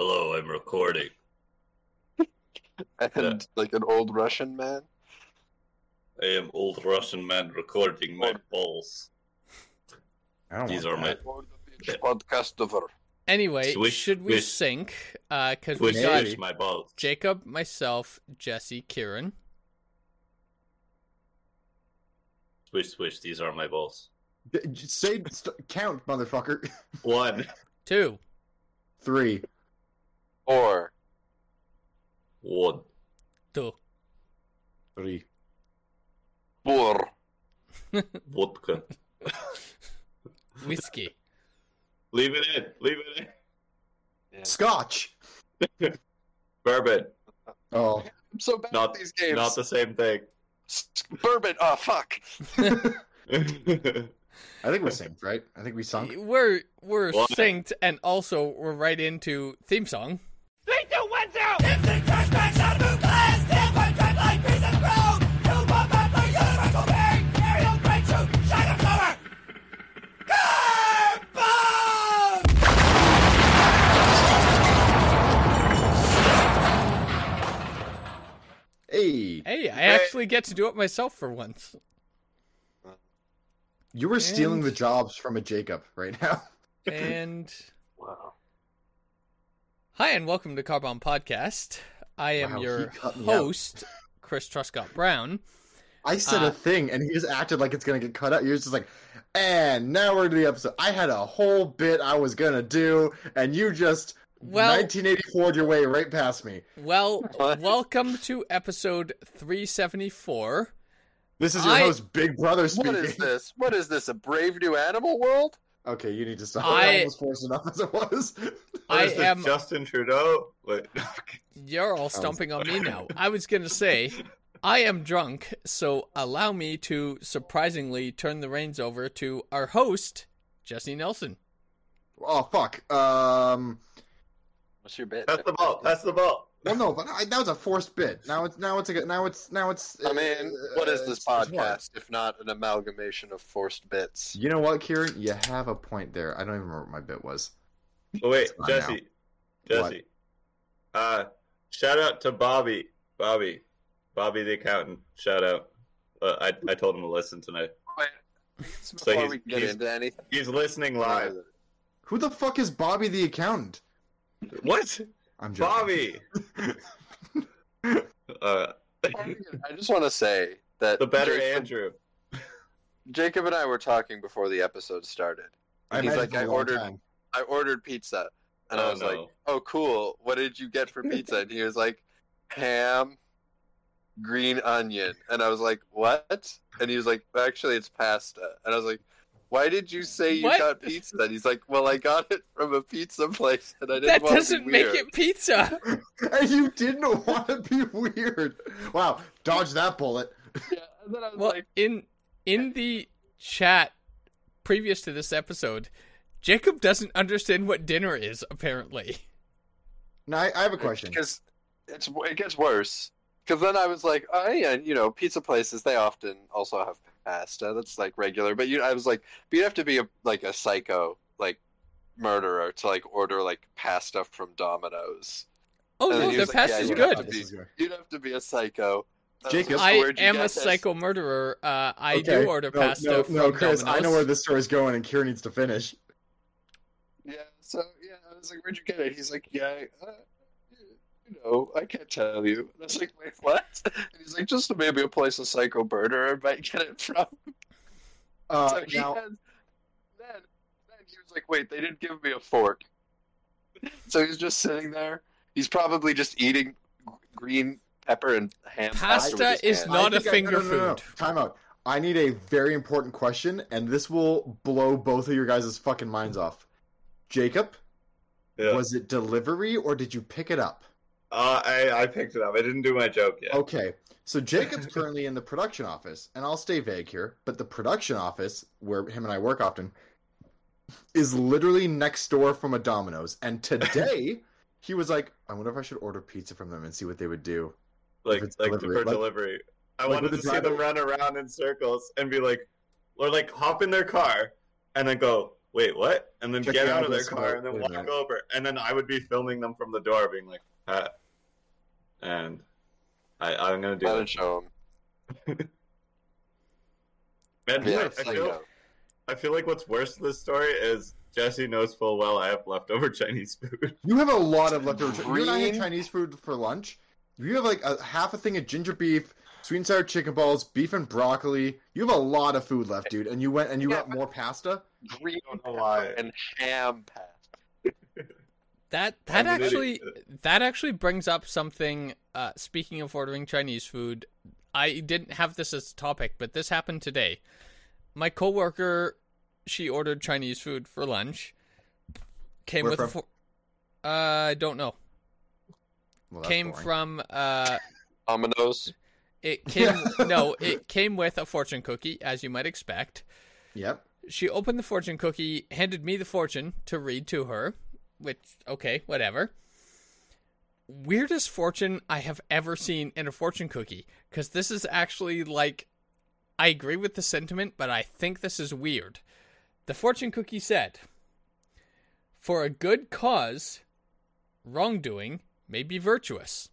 I'm recording. and Yeah. like an old Russian man. I am old Russian man recording my balls. I don't These want are my. Or the beach Podcast over. Anyway, Swish, should we swish. sync? Uh, because Which we got is my balls. Jacob, myself, Jesse, Kieran. Swish, swish. These are my balls. that. J- j- Say st- count, motherfucker. One, Two. Three. Or one, Two. Three. Bur. vodka. Whiskey. Leave it in. Leave it in. Scotch. Bourbon. Oh. I'm so bad Not- at these games. Not the same thing. S- Bourbon. Oh fuck. I think we're synced, right? I think we sunk. We're we're What? synced, and also we're right into theme song. Three, two, one, zero. If the trash bags out of glass, then one drive like piece of ground. Two more back like universal bearing. Aerial great shoot. Shot of flower. Carbon! Hey, Hey, I actually get to do it myself for once. you were stealing And- the jobs from a Jacob right now. And Wow. hi, and welcome to Carbon Podcast. I am Wow, he your cut me out. host, Chris Truscott Brown. I said Uh, a thing, and he just acted like it's gonna get cut out. You're just like, and now we're to the episode. I had a whole bit I was gonna do, and you just Well- 1984 your way right past me. Well, What? welcome to episode 374. This is your I- host, Big Brother speaking. What is this? What is this? A brave new animal world? Okay, you need to stop. I- I almost forced enough as it was. I Is this am. Justin Trudeau. Wait. You're all stumping on me now. I was going to say, I am drunk, so allow me to surprisingly turn the reins over to our host, Jesse Nelson. Oh fuck. Um. What's your bit? That's the ball. That's the ball. Well, no, but I, that was a forced bit. Now it's now it's a good- now it's now it's. I mean, what is this uh, it's- it's what? podcast if not an amalgamation of forced bits? You know what, Kieran? You have a point there. I don't even remember what my bit was. Oh, wait, It's gone Jesse. Jesse. Uh, shout out to Bobby. Bobby. Bobby the accountant. Shout out. Uh, I, I told him to listen tonight. Before he's- we get he's into anything, He's listening live. Who the fuck is Bobby the accountant? What? I'm joking. Bobby! uh, I just want to say that the better Jacob, Andrew. Jacob and I were talking before the episode started. I He's imagine like, it's a I long ordered- time. I ordered pizza, and I Oh, was no. like, "Oh, cool. What did you get for pizza?" And he was like, "Ham, green onion." And I was like, "What?" And he was like, "Actually, it's pasta." And I was like, "Why did you say you What? got pizza?" And he's like, "Well, I got it from a pizza place, and I didn't That want doesn't to be make weird." it pizza. and you didn't want to be weird. Wow, dodge that bullet. Yeah, and then I was Well, like, in in the chat previous to this episode, Jacob doesn't understand what dinner is apparently. Now I, I have a question. "Because it's it gets worse." Because then I was like, "Oh yeah, you know, pizza places they often also have pasta. That's like regular." But you, I was like, "But you have to be a, like a psycho, like." murderer to like order like pasta from Domino's. Oh And then no, he the was like, past yeah, is you good. have to be- You'd have to be a psycho. That was Jacob? also I where'd you am get a this? psycho murderer. Uh, I Okay, do order no, pasta No, from no, Chris, I know Domino's. where this story's going, and Kieran needs to finish. Yeah. So yeah, I was like, "Where'd you get it?" He's like, "Yeah, I- uh, you know, I can't tell you." And I was like, "Wait, what?" And he's like, "Just maybe a place a psycho murderer might get it from." Uh, so he now, has, then, then he was like, "Wait, they didn't give me a fork." so he's just sitting there. He's probably just eating g- green pepper and ham. Pasta with his is hand. not I a think I- finger no, no, no, no. food. Time out. I need a very important question, and this will blow both of your guys' fucking minds off. Jacob, Yeah. was it delivery or did you pick it up? Uh, I, I picked it up. I didn't do my joke yet. Okay, so Jacob's currently in the production office, and I'll stay vague here, but the production office where him and I work often is literally next door from a Domino's. And today he was like, "I wonder if I should order pizza from them and see what they would do." like If it's like delivery, for like- delivery. I like wanted to with the see them driver. run around in circles and be like, or like hop in their car and then go, wait, what? And then Check get the out of their obelisk car and then about- wait a walk minute. over. And then I would be filming them from the door, being like, Pat. And I, I'm going to I do didn't it. show him. And Yeah, I, I it's like, feel, no. I feel like what's worse to this story is Jesse knows full well I have leftover Chinese food. You have a lot of leftover. You and I had Green. Chinese food for lunch. You have like a half a thing of ginger beef, sweet and sour chicken balls, beef and broccoli. You have a lot of food left, dude. And you went and you Yeah, got more pasta. green don't know why. and ham past. That that I'm an actually idiot. that actually brings up something. Uh, speaking of ordering Chinese food, I didn't have this as a topic, but this happened today. My coworker, she ordered Chinese food for lunch. Came Where with a from? fo- uh, I don't know. Well, that's came boring. from uh, Dominoes. it came no, it came with a fortune cookie, as you might expect. Yep. She opened the fortune cookie, handed me the fortune to read to her, which, okay, whatever. Weirdest fortune I have ever seen in a fortune cookie, because this is actually like, I agree with the sentiment, but I think this is weird. The fortune cookie said, For a good cause, wrongdoing may be virtuous.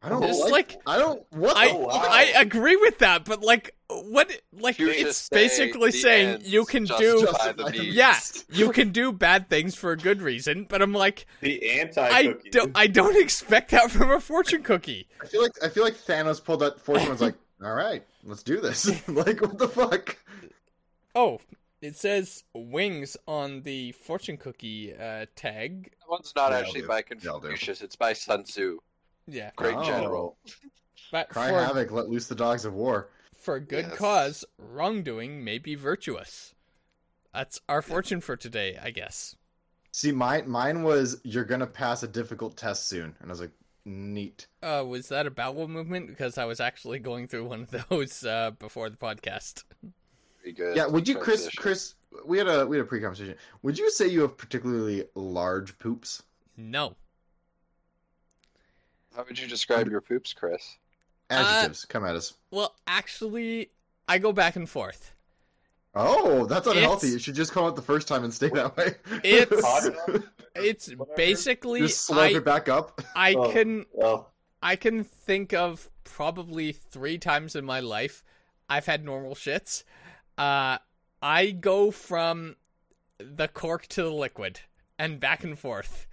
I don't This, like, like- I don't. What? I the- Oh, wow. I agree with that, but like what like You it's just say basically the saying ends you can do justify the Yeah. means. yeah, you can do bad things for a good reason, but I'm like, The anti I don't, I don't expect that from a fortune cookie. I feel like I feel like Thanos pulled that fortune. and Was like, all right, let's do this. like, what the fuck? Oh, it says wings on the fortune cookie uh, tag. That one's not Yeah, I'll actually do. by Yeah, I'll do. Confucius. It's by Sun Tzu, Yeah, great Oh. general. but Cry for, havoc, let loose the dogs of war. for a good Yes. cause, wrongdoing may be virtuous. That's our fortune for today, I guess. See, mine mine was you're gonna pass a difficult test soon, and I was like, neat. Uh, was that a bowel movement? Because I was actually going through one of those uh, before the podcast. Pretty good. Yeah, would you, Chris? transition. Chris, we had a we had a pre-conversation. Would you say you have particularly large poops? No. How would you describe your poops, Chris? Adjectives, Uh, come at us. Well, actually, I go back and forth. Oh, that's unhealthy. It's- You should just come out the first time and stay that way. It's- It's Whatever. basically just slurp I, it back up. I Oh. can Well, I can think of probably three times in my life I've had normal shits. Uh, I go from the cork to the liquid and back and forth.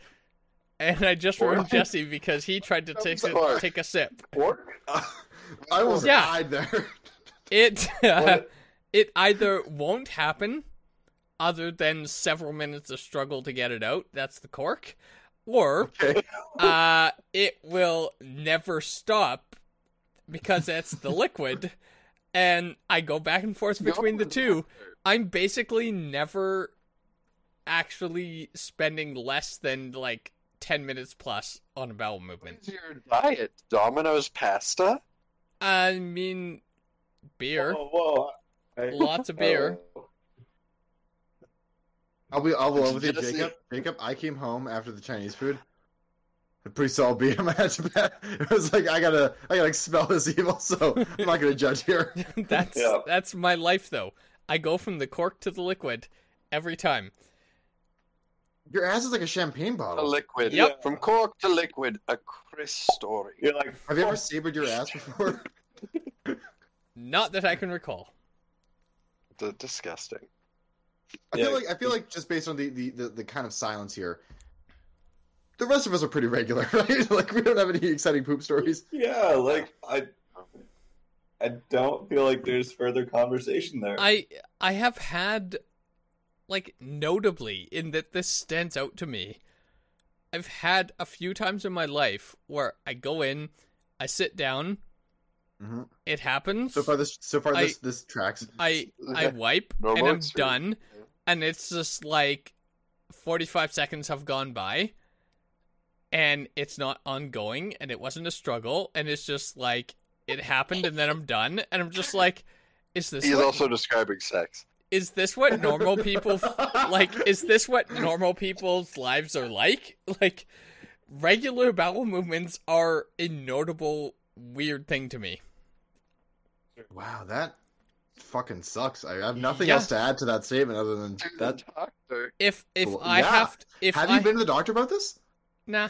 And I just ruined What? Jesse because he tried to I'm take a, sorry. take a sip. I almost Yeah. Uh, died there. It What? it either won't happen, other than several minutes of struggle to get it out. That's the cork, or Okay. uh, it will never stop because that's the liquid, and I go back and forth between the two. I'm basically never actually spending less than like ten minutes plus on a bowel What movement. is your diet? Domino's pasta? I mean, beer, Oh. Whoa, whoa. oh, I- lots of beer. Oh. I'll be I'll be with you, Jesse. Jacob. Jacob, I came home after the Chinese food. A pretty solid beat on my head to bed. It was like I gotta I gotta expel this evil, so I'm not gonna judge here. that's Yeah. that's my life though. I go from the cork to the liquid every time. Your ass is like a champagne To bottle. liquid. Yep. From cork to liquid, a Chris story. You're like, Have you Oh. ever sabered your ass before? Not that I can recall. D- disgusting. I Yeah. feel like I feel like just based on the, the, the, the kind of silence here, the rest of us are pretty regular, right? like we don't have any exciting poop stories. yeah, like, I, I don't feel like there's further conversation there. I I have had like notably in that this stands out to me. I've had a few times in my life where I go in, I sit down, Mm-hmm. Mhm. it happens. So far this so far I- this this tracks. I I wipe Normal and I'm experience. done, and it's just like forty five seconds have gone by, and it's not ongoing, and it wasn't a struggle, and it's just like it happened, and then I'm done, and I'm just like, is this He's what, also describing sex. is this what normal people f- like? Is this what normal people's lives are like? Like regular bowel movements are a notable weird thing to me. Wow, that fucking sucks. I have nothing Yeah. else to add to that statement other than To that. the doctor. If if Well, I yeah. have to, if Have I, you been to the doctor about this? nah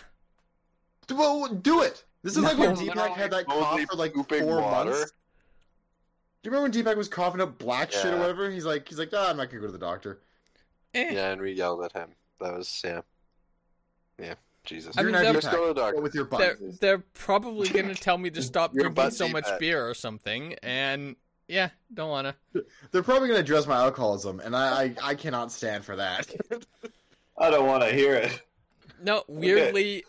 Well, do it. This is like when No. Deepak had that cough Only for like pooping four water. months. Do you remember when Deepak was coughing up black shit or Yeah. whatever? He's like, he's like, ah, I'm not gonna go to the doctor. eh. Yeah, and we yelled at him. That was yeah, yeah. Jesus, I You're mean, not that- you're Deepak. still a Go doctor. with your they're butt. they're probably gonna tell me to stop You're drinking about so to much eat beer or something, and yeah, don't wanna. They're probably gonna address my alcoholism, and I, I, I cannot stand for that. I don't want to hear it. No, weirdly,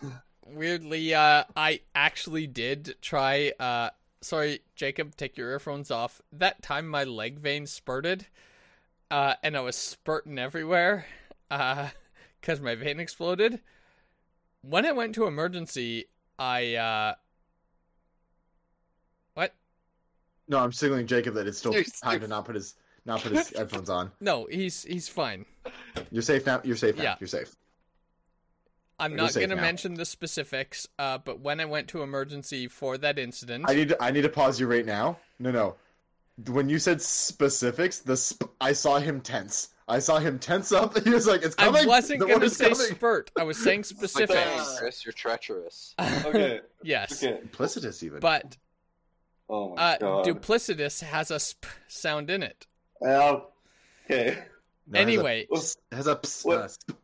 weirdly, uh, I actually did try. Uh, sorry, Jacob, take your earphones off. That time my leg vein spurted, uh, and I was spurting everywhere, uh, cause my vein exploded. When I went to emergency, I uh, what? no, I'm signaling Jacob that it's still You're time to safe. not put his not put his headphones on. No, he's he's fine. You're safe now. You're safe now. Yeah. You're safe. I'm You're not safe going to now. mention the specifics, uh, but when I went to emergency for that incident, I need to, I need to pause you right now. No, no. When you said specifics, the sp- I saw him tense. I saw him tense up. He was like, "It's I coming." wasn't The going to word is say coming." spurt. I was saying Like, dang, specifics. Chris, you're treacherous. Okay. yes. Oh Okay. Implicitous, even. But Oh my uh, god. duplicitous has a sp sound in it. Um, okay. No, it has a- anyway, has a ps- What? uh, sp-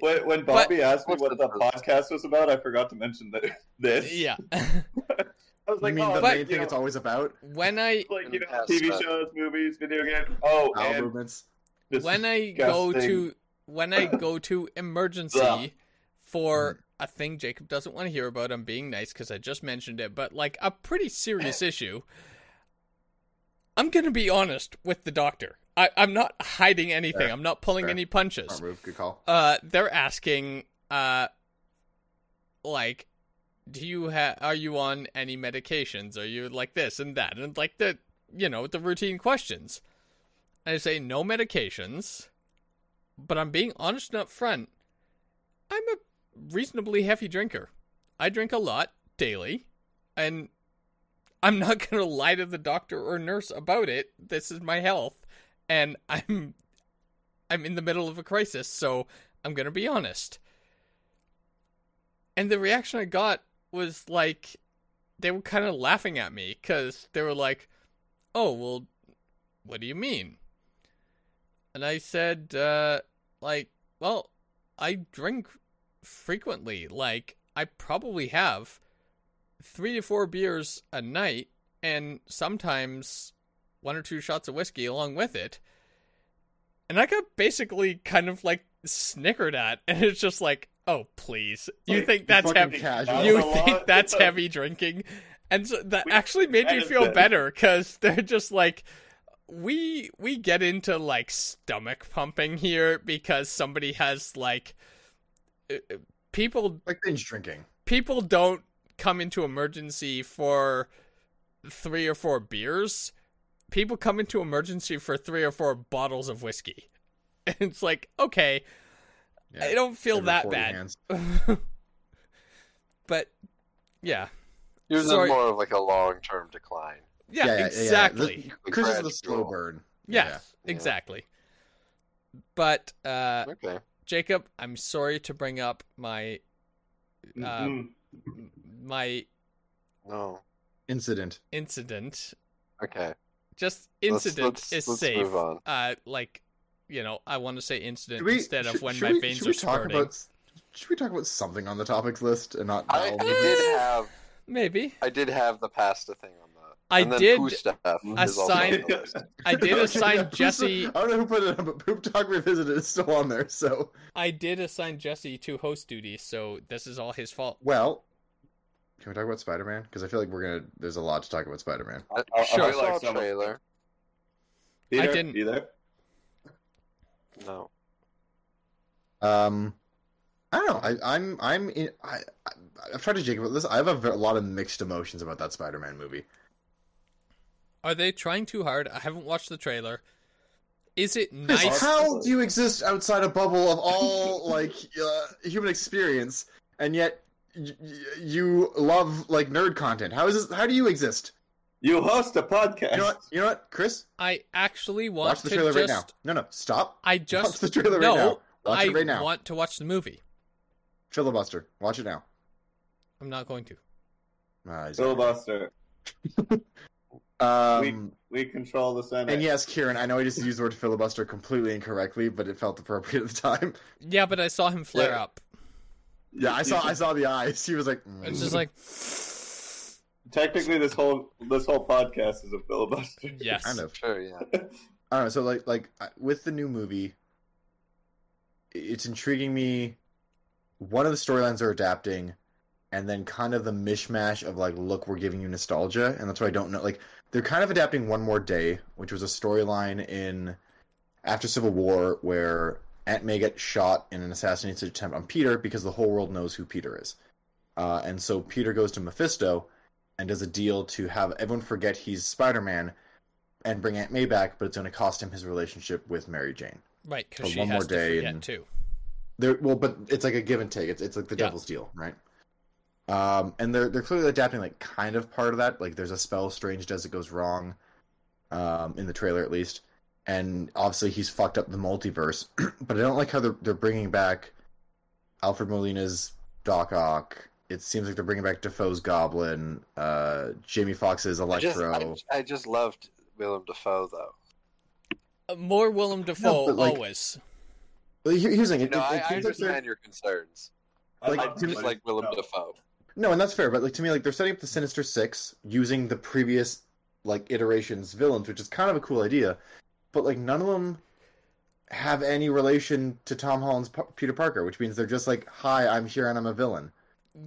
When, when Bobby asked me what What's the the purpose? podcast was about, I forgot to mention that this. yeah. I was you like, mean oh, the like, main you thing know, it's always about? when I like you know, Past TV that. shows, movies, video games. Oh, Bowel and movements. this when I go to disgusting. when I go to Blah. emergency for a thing Jacob doesn't want to hear about. I'm being nice because I just mentioned it, but like a pretty serious issue. I'm gonna be honest with the doctor. I, I'm not hiding anything. Fair. I'm not pulling Fair. any punches. Front roof. Good call. uh they're asking uh like do you have are you on any medications are you like this and that and like the you know the routine questions i say no medications but i'm being honest and upfront i'm a reasonably heavy drinker i drink a lot daily and i'm not going to lie to the doctor or nurse about it this is my health and i'm i'm in the middle of a crisis so I'm going to be honest. And the reaction I got was like, they were kind of laughing at me because they were like, oh, well, what do you mean? And I said, uh, like, well, I drink frequently. Like, I probably have three to four beers a night and sometimes one or two shots of whiskey along with it. And I got basically kind of like snickered at, and it's just like, oh please, you Like, think you that's fucking heavy? casual. You That's a think lot. that's heavy drinking? And so that We- actually made me that is feel bad. better because they're just like, we we get into like stomach pumping here because somebody has like, uh, uh, people Like binge drinking. people don't come into emergency for three or four beers. People come into emergency for three or four bottles of whiskey. It's like, okay, Yeah. I don't feel Every that 40 bad. hands. but yeah. Yours is Sorry. more of like a long-term decline. Yeah, yeah, yeah. exactly. The- Chris is the slow Gradual. burn. Yes, Yeah. exactly. But uh Okay. Jacob, I'm sorry to bring up my uh, Mm-hmm. Mm, my No. Incident. incident Okay. just Let's- incident let's- is let's safe. move on. Uh, like, you know, I want to say incident Should we- instead of should- when should my we- veins should are we talk spurting. about- Should we talk about something on the topics list and not? I, I bowel movements? did have Maybe I did have the pasta thing on that. I and then did poo stuff is also on assign- the list. I did Okay, assign yeah, Jesse. I don't know who put it up, but Poop Talk Revisited is still on there. So, I did assign Jesse to host duty, so this is all his fault. well, can we talk about Spider Man? Because I feel like we're gonna. There's a lot to talk about Spider Man. I, I- I I Sure. saw like a some- trailer. Peter, didn't- You there? No. Um, I don't know. I, I'm I'm in, I, I I've tried to Jacob about this. I have a, ve- a lot of mixed emotions about that Spider Man movie. Are they trying too hard? I haven't watched the trailer. Is it Chris, nice? How do you exist outside a bubble of all like uh, human experience, and yet y- y- you love like nerd content? How is this? How do you exist? You host a podcast. You know what? You know what, Chris? I actually want Watch the to trailer just, right now. No, no, stop. I just Watch the trailer right no, now. Watch I it right now. want to watch the movie. Filibuster. Watch it now. I'm not going to. Ah, he's- Filibuster. Um, We control the Senate. and yes, Kieran, I know I just used the word filibuster completely incorrectly, but it felt appropriate at the time. Yeah, but I saw him flare Yeah. up. Yeah, I saw I saw the eyes. He was like, mm. It's just like Technically, this whole this whole podcast is a filibuster. yes. kind of. Sure, yeah. I don't know. So like like I- with the new movie, i- it's intriguing me. One of the storylines they're adapting, and then kind of the mishmash of like, look, we're giving you nostalgia, and that's why I don't know. Like they're kind of adapting One More Day, which was a storyline in after Civil War where Aunt May gets shot in an assassination attempt on Peter because the whole world knows who Peter is, uh, and so Peter goes to Mephisto and does a deal to have everyone forget he's Spider Man and bring Aunt May back, but it's going to cost him his relationship with Mary Jane. Right, But because she one has more day to forget and- too. There, well, but it's like a give and take. It's it's like the Yeah. devil's deal, right? Um, and they're they're clearly adapting like kind of part of that. Like there's a spell Strange does that goes wrong, um, in the trailer at least. And obviously he's fucked up the multiverse, but I don't like how they're they're bringing back Alfred Molina's Doc Ock. It seems like they're bringing back Defoe's Goblin, uh, Jamie Foxx's I just, Electro. I, I just loved Willem Dafoe though. Uh, More Willem Dafoe but, like, always. Well, here- here's the thing. You It, know, it- I, it I seems like they're- understand your concerns. Like, I just like Willem Dafoe. No, and that's fair, but like to me, like they're setting up the Sinister Six using the previous like iterations villains, which is kind of a cool idea, but like none of them have any relation to Tom Holland's P- Peter Parker, which means they're just like, "Hi, I'm here and I'm a villain."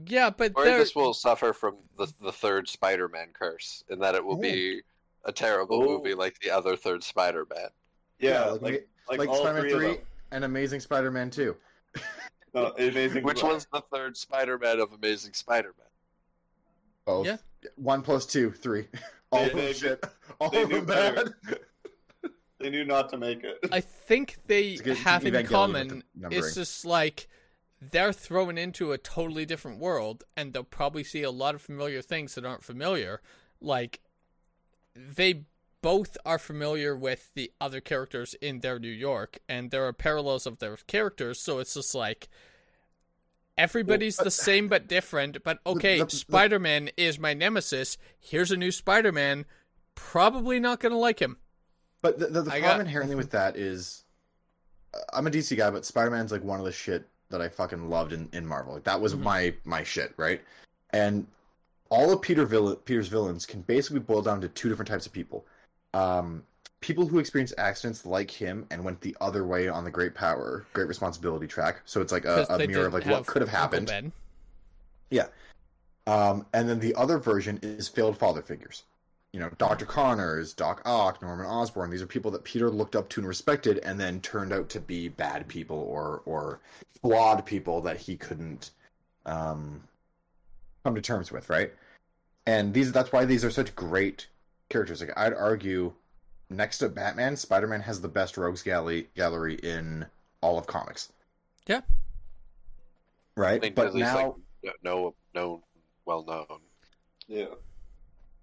Yeah, but Or there- this will suffer from the, the third Spider-Man curse, in that it will be a terrible Oh. movie like the other third Spider-Man. Yeah, like, like like, like all Spider-Man three, of three them. and Amazing Spider-Man two. No, amazing. Which one's the third Spider-Man of Amazing Spider-Man? Both. Yeah. Oh, One plus two, three. All They- of them they- shit. All they of do them bad. They knew not to make it. I think they It's good- have in Evangelion with common the numbering. it's just like they're thrown into a totally different world and they'll probably see a lot of familiar things that aren't familiar. Like they both are familiar with the other characters in their New York and there are parallels of their characters, so it's just like everybody's the same but different, but okay, uh, the- the- Spider Man is my nemesis. Here's a new Spider Man. Probably not gonna like him. But the, the, the I problem got- inherently with that is, uh, I'm a DC guy, but Spider Man's like one of the shit that I fucking loved in, in Marvel. Like that was Mhm. my my shit, right? And all of Peter Vill- Peter's villains can basically boil down to two different types of people. Um, people who experience accidents like him and went the other way on the great power, great responsibility track. So it's like a, 'Cause a they mirror of didn't Uh, like what have could have Uncle happened. Ben. Um, and then the other version is failed father figures. You know, Dr. Connors, Doc Ock, Norman Osborn. These are people that Peter looked up to and respected, and then turned out to be bad people or or flawed people that he couldn't um, come to terms with, right? And these that's why these are such great characters. Like I'd argue, next to Batman, Spider Man has the best rogues gallery gallery in all of comics. Yeah. Right, I mean, but at least, now like, no, no, well known. Yeah.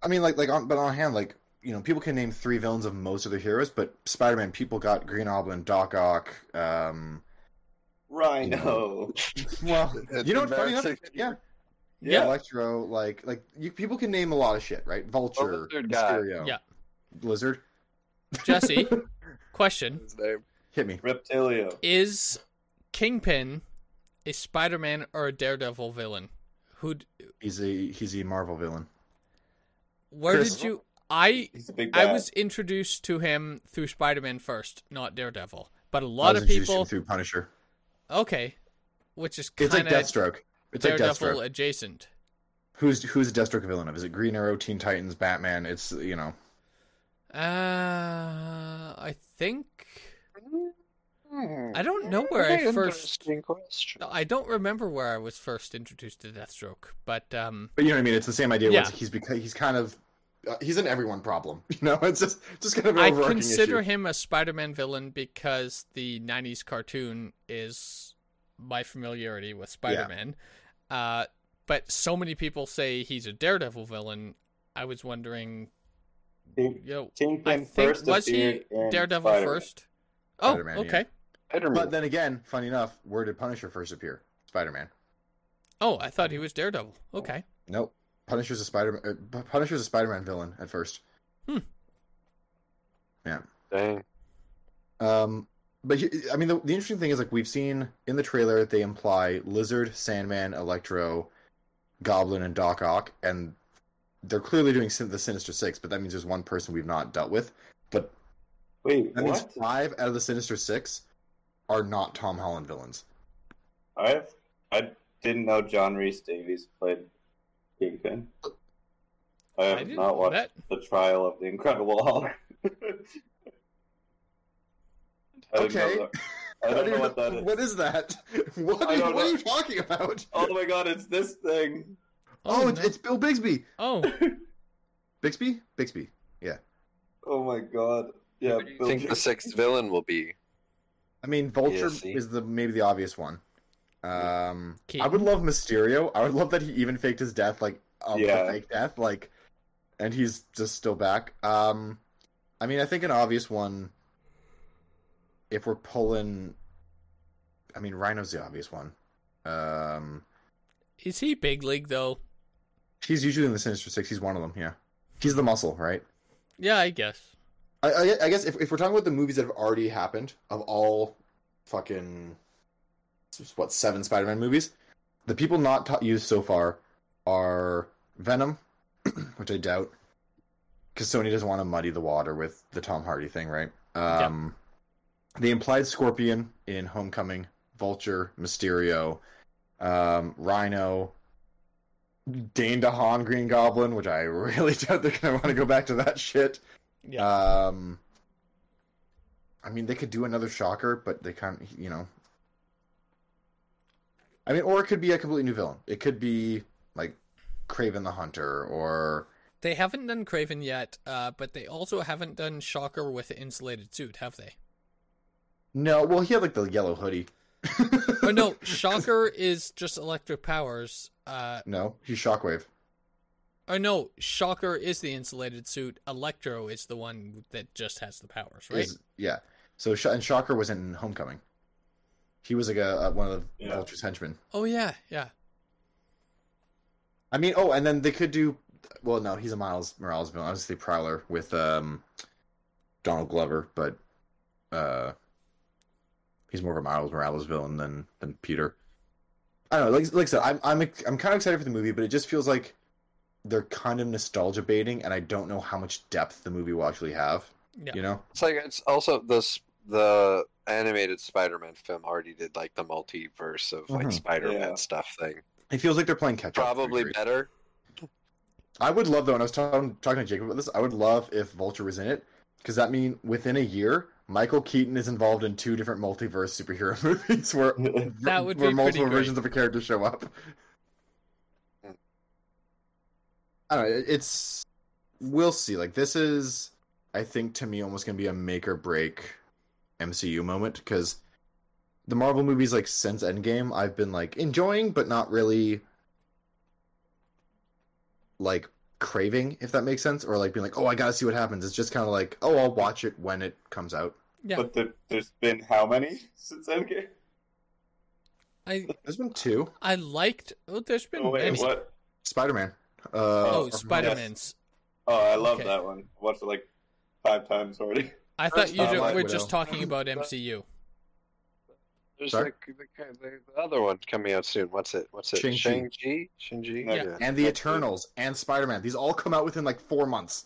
I mean, like, like, on, but on hand, like, you know, people can name three villains of most of their heroes, but Spider-Man people got Green Goblin, Doc Ock. Um, Rhino. It's well, you know what? Funny enough, embarrassing. yeah, Yeah. Electro, like, like you, people can name a lot of shit, right? Vulture, Lizard guy. Mysterio, Yeah. Lizard. Jesse, question: His name. Hit me. Reptilio. Is Kingpin a Spider-Man or a Daredevil villain? Who? He's a he's a Marvel villain. Where Chris. did you? I He's a big bad. I was introduced to him through Spider-Man first, not Daredevil. But a I lot was introduced of to him people, through Punisher. okay, which is It's kind like of Deathstroke. It's like Daredevil Deathstroke. adjacent. Who's who's a Deathstroke villain of? Is it Green Arrow, Teen Titans, Batman? It's you know, Uh, I think I don't know where I Very first. Mm, interesting question. I don't remember where I was first introduced to Deathstroke, but um, But you know what I mean? It's the same idea. Yeah. Yeah. He's because he's kind of uh, he's an everyone problem. You know, it's just just kind of an I overarching consider issue. him a Spider-Man villain because the '90s cartoon is my familiarity with Spider-Man. Uh, but so many people say he's a Daredevil villain. I was wondering King, Yo, I Kingpin think first was he appeared in Daredevil Spider-Man. first? Oh, Spider-Man, yeah. okay. Spider-Man. But then again, funny enough, where did Punisher first appear? Spider Man. Oh, I thought he was Daredevil. Okay. Nope. Punisher's a Spider. Uh, P- Punisher's a Spider-Man villain at first. Dang. Um, but he, I mean, the, the interesting thing is like we've seen in the trailer they imply Lizard, Sandman, Electro, Goblin, and Doc Ock, and they're clearly doing sin- the Sinister Six. But that means there's one person we've not dealt with. But Wait, that what? means five out of the Sinister Six are not Tom Holland villains. I I didn't know John Reese Davies played Kingpin. I I have didn't Uh, not know watched that. the trial of the Incredible Hulk. I don't Okay. know. I don't know what that is. What is that? What, I are, don't what are know. you talking about? Oh my god, it's this thing. Oh, no. it's, it's Bill Bixby. oh, Bixby. Bixby. Oh my god. Yeah, Who do you Bill think the Gates. sixth villain will be? I mean, Vulture see? is the maybe the obvious one. Um, I Keaton. would love Mysterio. I would love that he even faked his death, like um, a Yeah. fake death, like, and he's just still back. Um, I mean, I think an obvious one, if we're pulling, I mean, Rhino's the obvious one. Um, is he big league though? he's usually in the Sinister Six. He's one of them. Yeah, he's the muscle, right? Yeah, I guess. I, I, I guess if, if we're talking about the movies that have already happened, of all fucking what seven Spider-Man movies, the people not ta- used so far are Venom, which I doubt, because Sony doesn't want to muddy the water with the Tom Hardy thing, right? Um, The implied Scorpion in Homecoming, Vulture, Mysterio, um, Rhino. Dane DeHaan Green Goblin, which I really doubt they're gonna want to go back to that shit. Yeah. Um, I mean, they could do another shocker, but they can't. You know, I mean, or it could be a completely new villain. It could be like Craven the Hunter, or They haven't done Craven yet, uh, but they also haven't done Shocker with an insulated suit, have they? no. Well, he had like the yellow hoodie. Oh no, Shocker is just electric powers. Uh, no, he's Shockwave. oh no, Shocker is the insulated suit. Electro is the one that just has the powers, right? Is- yeah. So Sh- and Shocker was in Homecoming. He was like a, a one of the Yeah. Vulture's henchmen. Oh yeah, yeah. I mean, oh, and then they could do. Well, no, he's a Miles Morales villain. Obviously, Prowler with um, Donald Glover, but uh, he's more of a Miles Morales villain than than Peter. I don't know. Like, like I said, I'm I'm I'm kind of excited for the movie, but it just feels like they're kind of nostalgia baiting, and I don't know how much depth the movie will actually have. Yeah. You know, It's like it's also the s- the animated Spider-Man film already did like the multiverse of like Mhm. Spider-Man Yeah. stuff thing. it feels like they're playing catch up. Probably better. I would love though, and I was talking talking to Jacob about this. I would love if Vulture was in it, because that mean within a year, Michael Keaton is involved in two different multiverse superhero movies where That would where be multiple pretty versions of a character show up. Hmm. I don't know. it- It's we'll see. Like this is, I think to me almost gonna be a make or break MCU moment because the Marvel movies like since Endgame I've been like enjoying but not really like craving if that makes sense or like being like oh I gotta see what happens it's just kind of like oh I'll watch it when it comes out Yeah. But there, there's been how many since Endgame? I there's been two I liked. Oh, there's been Oh, wait, many. what? Spider-Man uh, Oh, or- Spider Man's. Oh, I love Okay. that one. Watched it like five times already. I thought you First ju- time I were will. just talking about MCU. There's Sorry? like the, the, the other one coming out soon. What's it? What's it? Shang-Chi. Shang-Chi? Shang-Chi? Yeah. and the Eternals and Spider-Man these all come out within like four months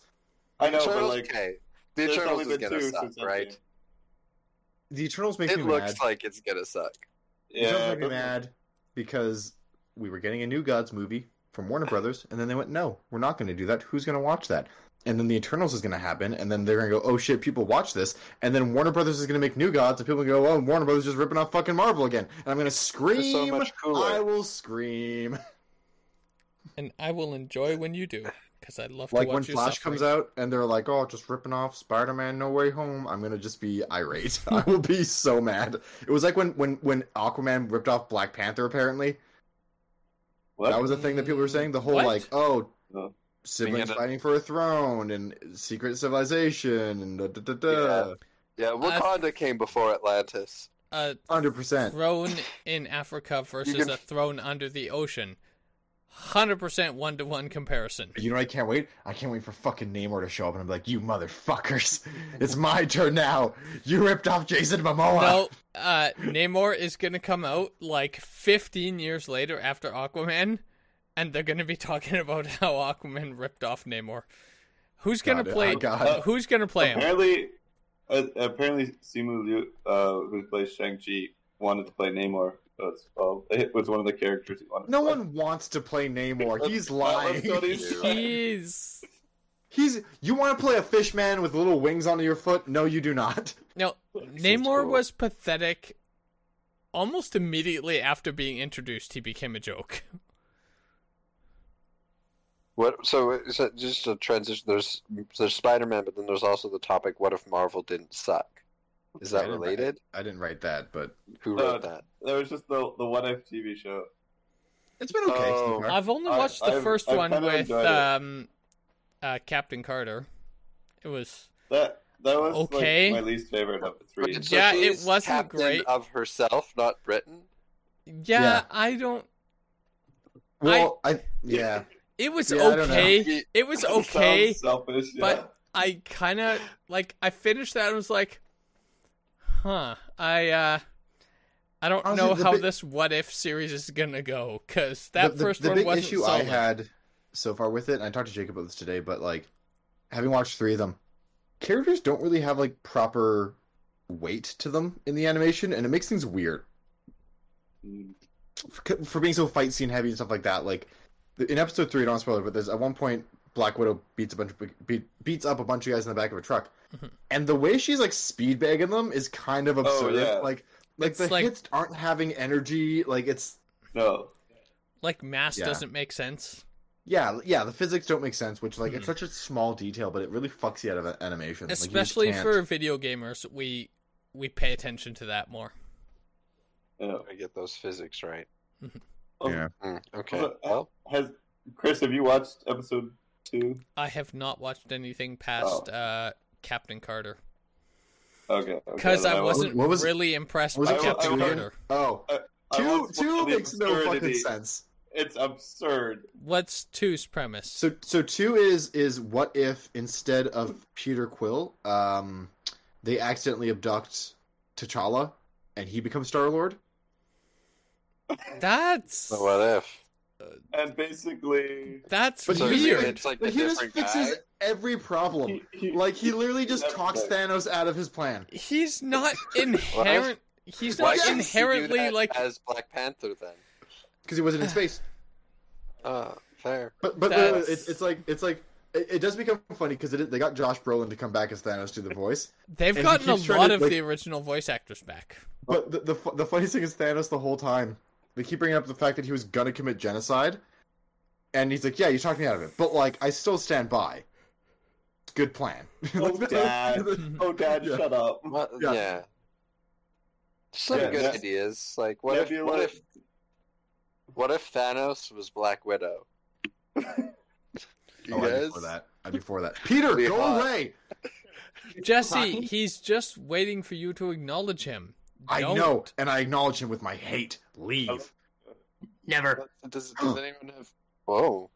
I know, but Eternals, like okay. The there's Eternals only is been gonna two suck, since right? Endgame. the Eternals makes It me looks mad like it's gonna suck. It does yeah, make me mad because we were getting a New Gods movie from Warner Brothers, and then they went, "No, we're not going to do that. Who's going to watch that?" And then the Eternals is going to happen, and then they're going to go, "Oh shit, people watch this." And then Warner Brothers is going to make New Gods, and people are gonna go, "Oh, Warner Brothers is just ripping off fucking Marvel again." And I'm going to It's scream. so much cooler. I will scream. And I will enjoy when you do, because I love Like to watch when you Flash suffering. comes out and they're like, "Oh, just ripping off Spider-Man: No Way Home," I'm gonna just be irate. I will be so mad. It was like when when when Aquaman ripped off Black Panther. Apparently, What? That was a thing that people were saying. The whole What? like, oh, No. siblings Beginning. fighting for a throne and secret civilization and da da da da. Yeah, Wakanda came before Atlantis. A Hundred percent. throne in Africa versus can- a throne under the ocean. 100% one to one comparison. You know what I can't wait? I can't wait for fucking Namor to show up and I'm like, you motherfuckers, it's my turn now. You ripped off Jason Momoa. No, uh, Namor is going to come out like 15 years later after Aquaman, and they're going to be talking about how Aquaman ripped off Namor. Who's going Got to it. play? I uh, got it. Who's going to play him? Apparently, uh, apparently, Simu Liu, uh, who plays Shang Chi, wanted to play Namor. So it's, well, it was one of the characters he wanted. No to play. one wants to play Namor. That's- He's that's what lying. he's saying. Jeez. He's. You want to play a fish man with little wings on your foot? No, you do not. No, is Namor cool. was pathetic. Almost immediately after being introduced, he became a joke. What? So, is that just a transition. There's there's Spider-Man, but then there's also the topic: What if Marvel didn't suck? Is that Right, right. related? I didn't write that, but Who wrote Uh, that? There was just the the What If TV show. it's been okay. Oh. so far. I've only I- watched the I've- 1st I've one kinda with enjoyed it. um, uh, Captain Carter. It was That that was Okay. like my least favorite of the three. Wait, so yeah, it she's wasn't captain great. of herself, not Britain. yeah, Yeah. I don't. well, I, yeah. It was Yeah, I don't know. okay. It was Sounds okay. selfish, yeah. but I kind of like I finished that and was like, huh, I uh, I don't Honestly, know the how big- this what if series is gonna go because that the, the- first the one big wasn't issue I solid. had so far with it, and I talked to Jacob about this today, but like having watched three of them, characters don't really have like proper weight to them in the animation, and it makes things weird Mm. for, for being so fight scene heavy and stuff like that. Like in episode three, don't spoil it, but there's at one point Black Widow beats a bunch of, beat, beats up a bunch of guys in the back of a truck, Mhm. and the way she's like speed bagging them is kind of absurd. Oh, yeah. Like like It's the like- hits aren't having energy. Like it's no, Like mass Yeah. doesn't make sense, Yeah, yeah, the physics don't make sense, which like it's Mhm. such a small detail, but it really fucks you out of a- animation. Like, you just especially can't- for video gamers. We we pay attention to that more. no. I get those physics right. Yeah. Mm, okay. Also, Well, Has Chris? Have you watched episode two? I have not watched anything Oh. past uh, Captain Carter Okay, because okay, then I won't- wasn't What was- really impressed was by it Captain Captain Carter. Oh, I two won't spoil two the makes no fucking absurdity. sense. It's absurd. What's two's premise? So so two is is what if instead of Peter Quill, um, they accidentally abduct T'Challa and he becomes Star Lord? that's so what if? And basically, that's But So he's weird. It's like But a he just different fixes guy. every problem. he- Like he literally just That's talks right. Thanos out of his plan. He's not inherent. He's Why not couldn't he do inherently that like. as Black Panther then. Because he wasn't in space. Uh, fair. But but That's- no, it's it's like it's like it, it does become funny because they got Josh Brolin to come back as Thanos to the voice. They've and he gotten a keeps trying lot to, of like- the original voice actors back. But the, the fu- the funniest thing is Thanos the whole time. They keep bringing up the fact that he was gonna commit genocide, and he's like, "Yeah, you talked me out of it, but like, I still stand by. It's a good plan." oh dad, oh dad, Yeah. shut up. What, Yeah. yeah. Some Yeah, good yeah. ideas. Like what if Nebula- what if what if Thanos was Black Widow? You Oh, I'd be guys? for that. I'd be for that. Peter, Be go hot. away. Jesse, he's just waiting for you to acknowledge him. I Don't. know, and I acknowledge him with my hate. Oh. Leave. Never. Does, does anyone have Whoa.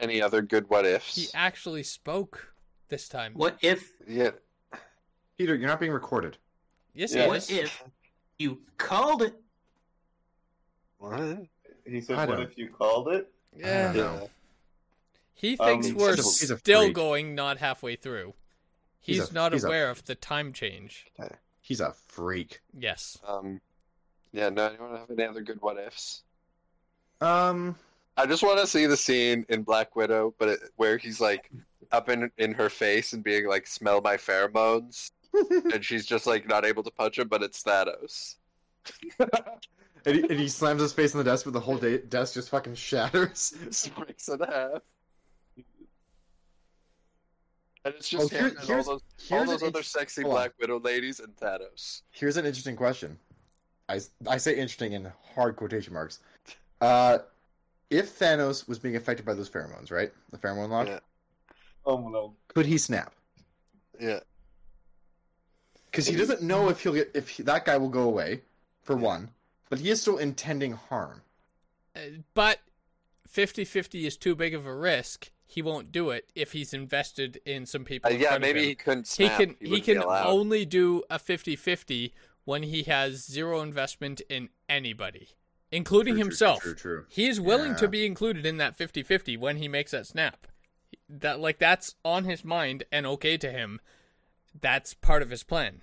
Any other good what ifs? He actually spoke this time. What if yeah. Peter, you're not being recorded. Yes, Yeah. he what is. if you called it? What? He I said, "What don't- if you called it?" Yeah. Yeah. He Um, thinks he's we're a- he's a still freak. going not halfway through. He's, He's a- not he's a- aware of the time change. He's a freak. Yes. Um Yeah, no anyone have any other good what ifs? Um, I just want to see the scene in Black Widow, but it, where he's like up in in her face and being like, "Smell my pheromones," and she's just like not able to punch him, but it's Thanos. and he, and he slams his face on the desk, but the whole day, desk just fucking shatters. Just breaks in half. And it's Oh, just here- him and all here's- those, all Here's those an other inter- sexy hold on. Black Widow ladies and Thanos. Here's an interesting question. I, I say interesting in hard quotation marks. Uh, if Thanos was being affected by those pheromones, right? The pheromone lock? Yeah. Oh no. Could he snap? Yeah. Because he doesn't know if he'll get if he, that guy will go away, for one. But he is still intending harm. Uh, but 50-50 is too big of a risk. He won't do it if he's invested in some people. Uh, in yeah, front of maybe him. he couldn't he snap. can he wouldn't be can allowed. only do a 50-50 when he has zero investment in anybody including True, true, himself True, true. true. he is willing to Yeah. be included in that 50-50 when he makes that snap that like that's on his mind and okay to him that's part of his plan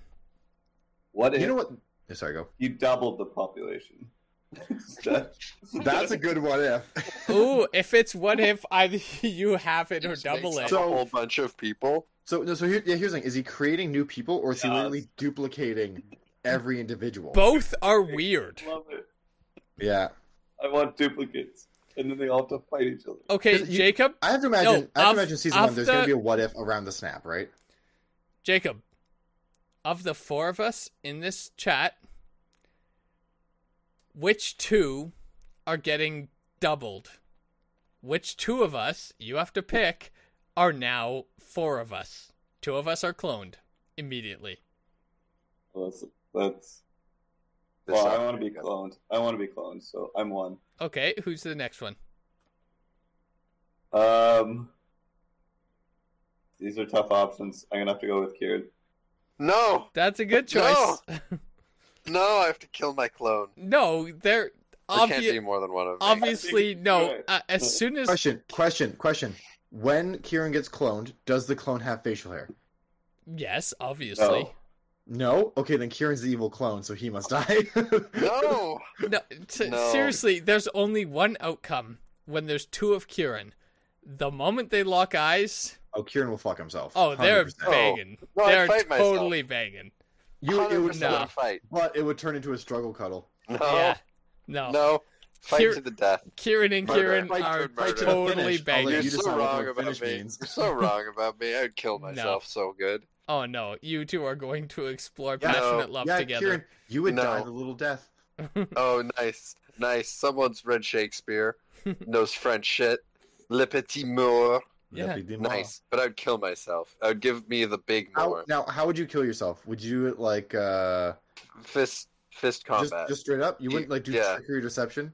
What if You know what? yeah, Sorry, go. you doubled the population? That's a good what if. Ooh, if it's what if either you have it or Just makes double it sense. a whole bunch of people. So no, so here, yeah, here's the thing: is he creating new people, or is he Yes. literally duplicating every individual? both are weird Love it. Yeah, I want duplicates, and then they all have to fight each other. okay Cause you- jacob I have to imagine. I have of- to imagine season of one. There's gonna the- be a what if around the snap, right? Jacob, of the four of us in this chat, which two are getting doubled? Which two of us, you have to pick, are now four of us? Two of us are cloned immediately. Well, that's that's. This Well, I summer. want to be cloned. I want to be cloned, so I'm one. Okay, who's the next one? Um, these are tough options. I'm gonna have to go with Kieran. No, That's a good choice. No. no, I have to kill my clone. no, There they're can't obvi- be more than one of me. obviously no. Right. Uh, as soon as Question, question, question. When Kieran gets cloned, does the clone have facial hair? yes, obviously. No, No. Okay, then Kieran's the evil clone, so he must die. No, No, t- No. seriously, there's only one outcome when there's two of Kieran. The moment they lock eyes, Oh, Kieran will fuck himself. oh, they're 100%. banging. No, I'd they're fight myself. totally banging. You, it would, 100% no. fight. but it would turn into a struggle cuddle. No, Yeah. no, No. fight Kier- to the death. Kieran and Murder. Kieran Fight to are it, murder. totally Finish. I'll let You're banging. you so decide what wrong the about finish me. means. You're so wrong about me. I would kill myself so good. Oh no, you two are going to explore Yeah. passionate love yeah, together. Kieran, you would No. die the little death. Oh, nice, nice. Someone's read Shakespeare, knows French shit. Le petit mort. Yeah. That'd be the Nice, but I would kill myself. I would give me the big How, mort. Now, how would you kill yourself? Would you like uh Fist, fist just, combat. just straight up? You wouldn't like do Yeah. trickery or deception?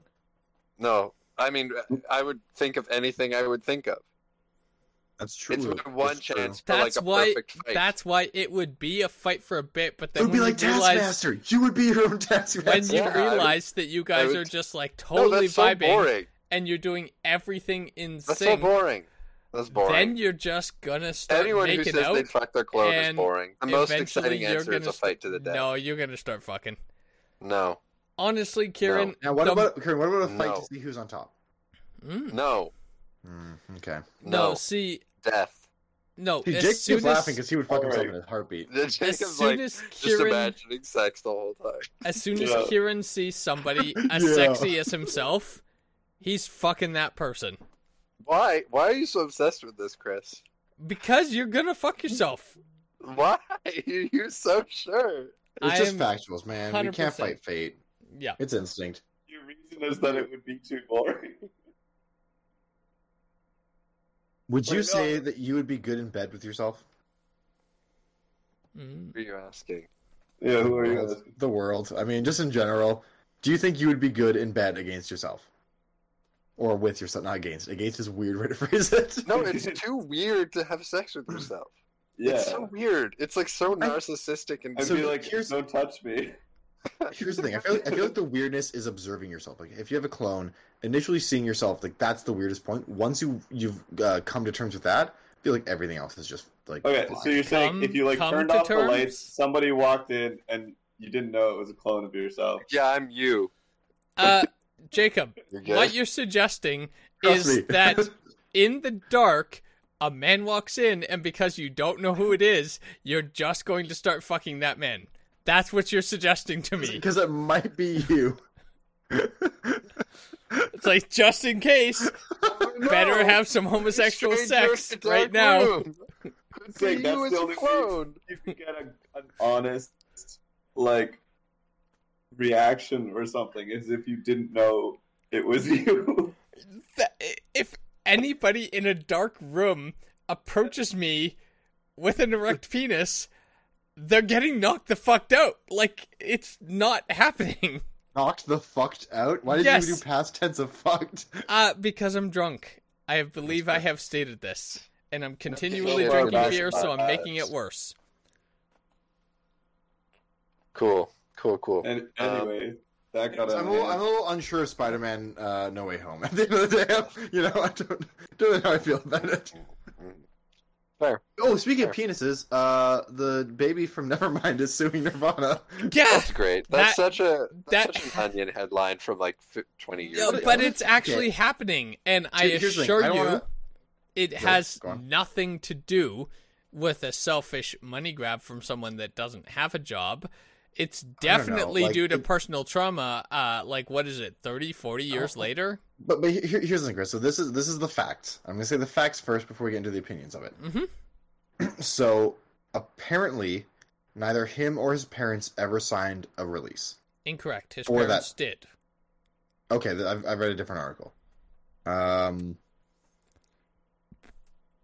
No, I mean, I would think of anything I would think of. That's true. It's my one That's true. chance for That's like a why- perfect fight. That's why it would be a fight for a bit, but It then would when be like you realize Taskmaster. You would be your own Taskmaster. when you Yeah, I would- realize that you guys would- are just like no, totally that's so vibing boring. and you're doing everything in That's sync, so boring. That's boring. then you're just gonna start Anyone who making says out. they fuck their clone is and boring. The most Eventually, exciting you're answer gonna is a st- fight to the death. No, you're gonna start fucking. no, Honestly, Kieran. now, what the- about Kieran, what about a fight No. to see who's on top? Mm, no, Mm, okay. no, no. see, death. no. See, as Jake's soon just as, laughing because he would fuck himself Alright. in a heartbeat. as Jacob's soon like as just Kieran, imagining sex the whole time. as soon as Yeah. Kieran sees somebody as Yeah. sexy as himself, he's fucking that person Why? Why are you so obsessed with this, Chris? because you're gonna fuck yourself. Why? You're so sure. It's I just am factuals, man. We can't 100%. fight fate. Yeah, It's instinct. Your reason is that it would be too boring. Would you Wait, say no. that you would be good in bed with yourself? Mm. Who are you asking? yeah, who are you? World. asking? The world. I mean, just in general. Do you think you would be good in bed against yourself? Or with yourself? Not against. Against is a weird way to phrase it. No, it's too weird to have sex with yourself. Yeah, It's so weird. It's like so narcissistic and I'd So be like, here's- don't touch me. Here's the thing. I feel, like, I feel like the weirdness is observing yourself. Like if you have a clone, initially seeing yourself, like that's the weirdest point. Once you you've uh, come to terms with that, I feel like everything else is just like Okay, fine. so you're saying Come- if you like come turned to off the terms? lights, somebody walked in and you didn't know it was a clone of yourself. yeah, I'm you. Uh, Jacob, You're gay. what you're suggesting Trust is me. that in the dark, a man walks in, and because you don't know who it is, you're just going to start fucking that man. That's what you're suggesting to me. because it might be you. It's like, just in case, better No! have some homosexual Stranger sex in the right dark now. room. Could It's like, be that's you as the a only clone. If you get a, an honest, like, reaction or something, as if you didn't know it was you. That- If anybody in a dark room approaches me with an erect penis, they're getting knocked the fucked out. Like it's not happening. Knocked the fucked out? Why did Yes. you do past tense of fucked? Uh, because I'm drunk. I believe I have stated this, and I'm continually shit. drinking Well, beer, so I'm making it that's- worse. Cool, cool, cool. And anyway, that got out Uh, of I'm a, little, I'm a hand. little unsure of Spider-Man: uh, No Way Home. At the end of the day, I'm- you know, I don't, don't know how I feel about it. Fair. Oh, speaking of penises, uh, the baby from Nevermind is suing Nirvana. Yeah, That's great. That's That- such a that's that- such an onion headline from like f- twenty years no, ago. but it's actually happening, and I Dude, here's the thing, assure I you, don't wanna- it has go on. nothing to do with a selfish money grab from someone that doesn't have a job. It's don't know, definitely like, due to it- personal trauma. Uh, like what is it, 30, 40 years Oh. later? But but here, here's the thing, Chris. So this is this is the facts. I'm gonna say the facts first before we get into the opinions of it. Mhm. so apparently, neither him or his parents ever signed a release. Incorrect. His For that- parents did. Okay, th- I've, I've read a different article. Um,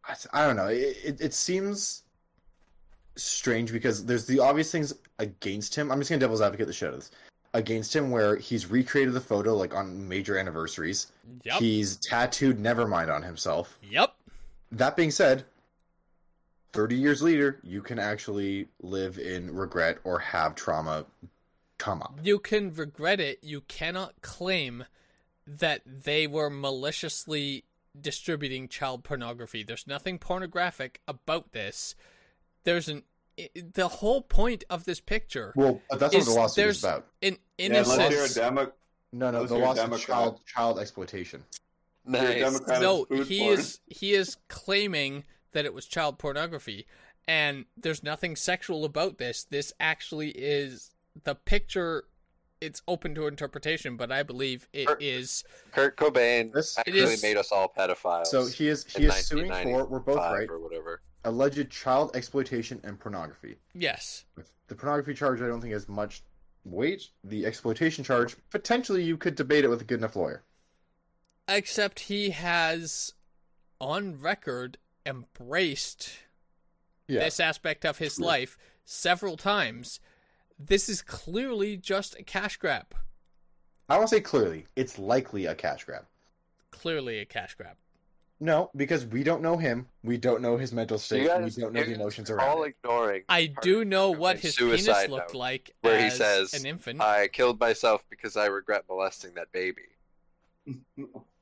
I, s- I don't know. It, it, it seems strange because there's the obvious things against him. I'm just gonna devil's advocate the shit out of this. Against him, where he's recreated the photo like on major anniversaries. Yep. He's tattooed Nevermind on himself. Yep. That being said, 30 years later, you can actually live in regret or have trauma come up. You can regret it. You cannot claim that they were maliciously distributing child pornography. There's nothing pornographic about this. There's an i the whole point of this picture Well, but that's what is the lawsuit there's is about. an Yeah, unless innocence. you're a Demo- No, no, Unless the you're a loss of Democrat. child child exploitation. you're a nice. Democrat no, food he porn. is he is claiming that it was child pornography, and there's nothing sexual about this. This actually is the picture. It's open to interpretation, but I believe it Er- is. Kurt Cobain This- actually is- made us all pedophiles. So he is he in is suing for we're both 1995 right or whatever. alleged child exploitation and pornography. Yes, The pornography charge I don't think has much weight. The exploitation charge potentially you could debate it with a good enough lawyer. except he has, on record, embraced Yeah, this aspect of his life several times. This is clearly just a cash grab. I want to say clearly it's likely a cash grab. Clearly a cash grab. No, because we don't know him. We don't know his mental state. You and We guys- don't know you the guys emotions are around. all it. ignoring. I part do of know Kurt what Cobain's his penis suicide looked note. like where he as says, an infant. I killed myself because I regret molesting that baby.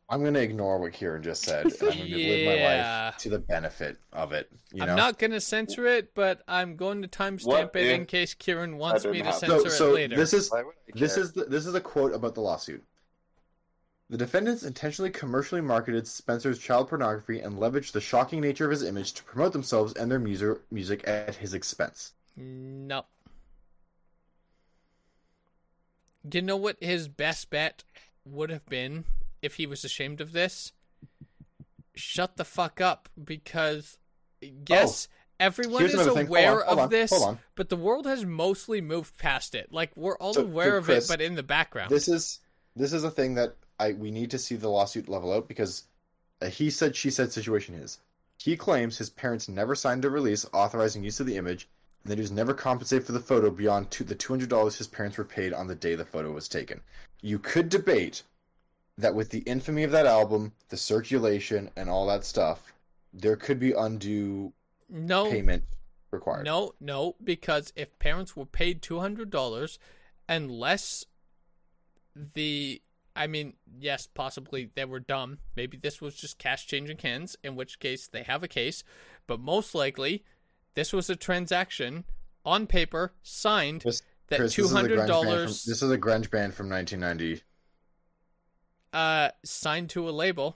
I'm going to ignore what Kieran just said. And I'm going to live my Yeah. life to the benefit of it. You know, I'm not going to censor it, but I'm going to timestamp What it in if case Kieran wants didn't me to happen? so, censor so it later. this is Why would I This care? is the, this is a quote about the lawsuit. The defendants intentionally commercially marketed Spencer's child pornography and leveraged the shocking nature of his image to promote themselves and their music music at his expense. No. You know what his best bet would have been if he was ashamed of this? Shut the fuck up because yes, everyone Oh. Here's is another thing. Hold aware on, hold of on, this, hold on. but the world has mostly moved past it. Like we're all So- so, aware of Chris, it but in the background. This is this is a thing that I we need to see the lawsuit level out because a he said she said situation is. He claims his parents never signed a release authorizing use of the image, and that he was never compensated for the photo beyond two, the two hundred dollars his parents were paid on the day the photo was taken. You could debate that with the infamy of that album, the circulation, and all that stuff, there could be undue no. payment required. No, no, because if parents were paid two hundred dollars, unless the I mean, yes, possibly they were dumb. Maybe this was just cash changing hands, in which case they have a case, but most likely this was a transaction on paper signed This- that Chris, two this is a grunge band hundred from- dollars This is a grunge band from 1990. uh signed to a label.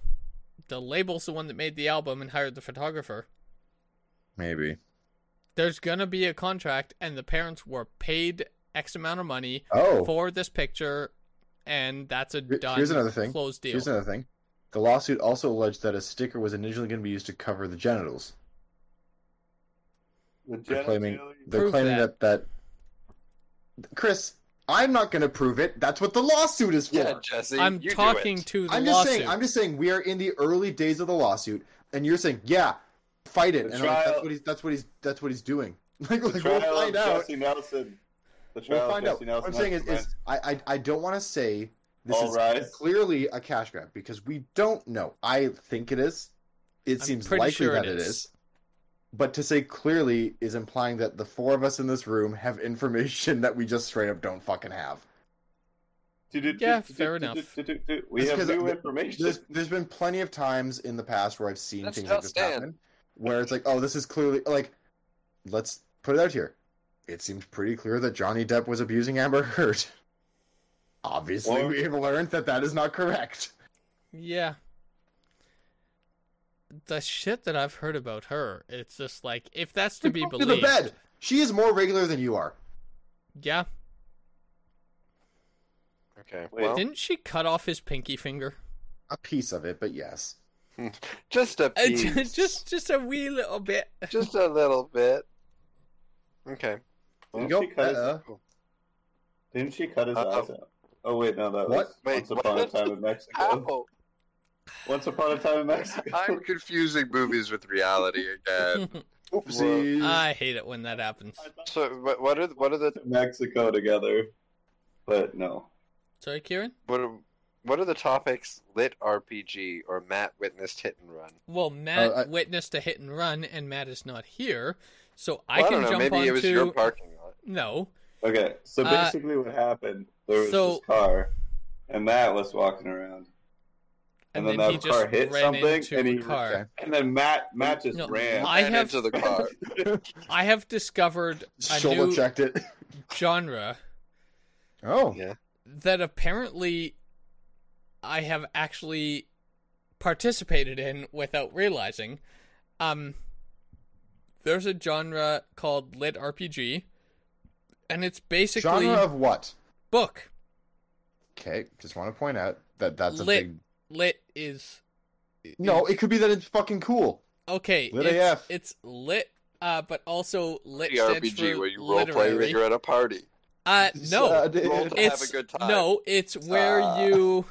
The label's the one that made the album and hired the photographer. Maybe. There's gonna be a contract and the parents were paid X amount of money Oh, for this picture, and that's a Here- done here's another thing. closed deal. Here's another thing. The lawsuit also alleged that a sticker was initially going to be used to cover the genitals. The They're claiming genitalia- they're Prove claiming that. that. that Chris, I'm not going to prove it. That's what the lawsuit is for. yeah, Jesse. I'm you do talking it. to the I'm just lawsuit. saying. I'm just saying we are in the early days of the lawsuit, and you're saying, yeah, fight it. The and I'm like, that's trial- what he's that's what he's that's what he's doing. Like, The like trial we'll find of out. Jesse Nelson. The trial We'll find of out. Jesse What Nelson. I'm saying is, has is I, I I don't want to say this All is rise. clearly a cash grab because we don't know. I think it is. It I'm seems pretty likely sure it that it is. is. But to say clearly is implying that the four of us in this room have information that we just straight up don't fucking have. Do-do-do-do-do-do-do-do-do-do. Yeah, fair enough. We That's have 'cause new the- information. There's there's been plenty of times in the past where I've seen That's things how like this Stan. happen, where it's like, oh, this is clearly like, let's put it out here. It seems pretty clear that Johnny Depp was abusing Amber Heard. Obviously, Or- we've learned that that is not correct. Yeah. The shit that I've heard about her, it's just like if that's to be Go to the believed. bed. She is more regular than you are. Yeah. Okay. Wait, well, Didn't she cut off his pinky finger? A piece of it, but yes. just a Uh, piece. just just a wee little bit. just a little bit. Okay. There you Didn't go. she cut his- Uh-uh. Didn't she cut his Uh-oh. eyes out? Oh wait, no, that What? was Wait, Once Upon a what? Time in Mexico. Ow! Once Upon a Time in Mexico. I'm confusing movies with reality again. Oopsies. I hate it when that happens. So, what, what are what are the to Mexico together, but no. Sorry, Kieran? what are, what are the topics? Lit RPG or Matt witnessed hit and run? Well, Matt Uh, I- witnessed a hit and run and Matt is not here. So I Well, can don't know. jump Maybe onto it was your parking lot. No. Okay, so Uh, basically, what happened? There was so- this car, and Matt was walking around, And And, then then, he that just car hit ran something into and a he- car. okay. and then Matt Matt just No, ran. I Ran have- into the car. I have discovered a Shoulder new checked it. genre Oh, Yeah. that apparently I have actually participated in without realizing. Um, there's a genre called lit RPG, and it's basically genre of what? book. Okay, just want to point out that that's a Lit. big. Lit is No, it could be that it's fucking cool. okay. Lit it's, AF. it's lit, uh, but also lit The stands RPG for where you role play literary. when you're at a party. uh, no, Sad. Roll to have it's a good time. no, it's where Ah. you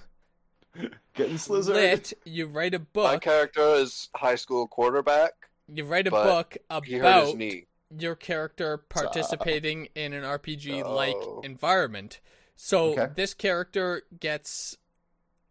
Getting slizzard. lit. You write a My book. character is high school quarterback. You write a but book He hurt his about knee. your character participating in an RPG like No. environment. So Okay. this character gets.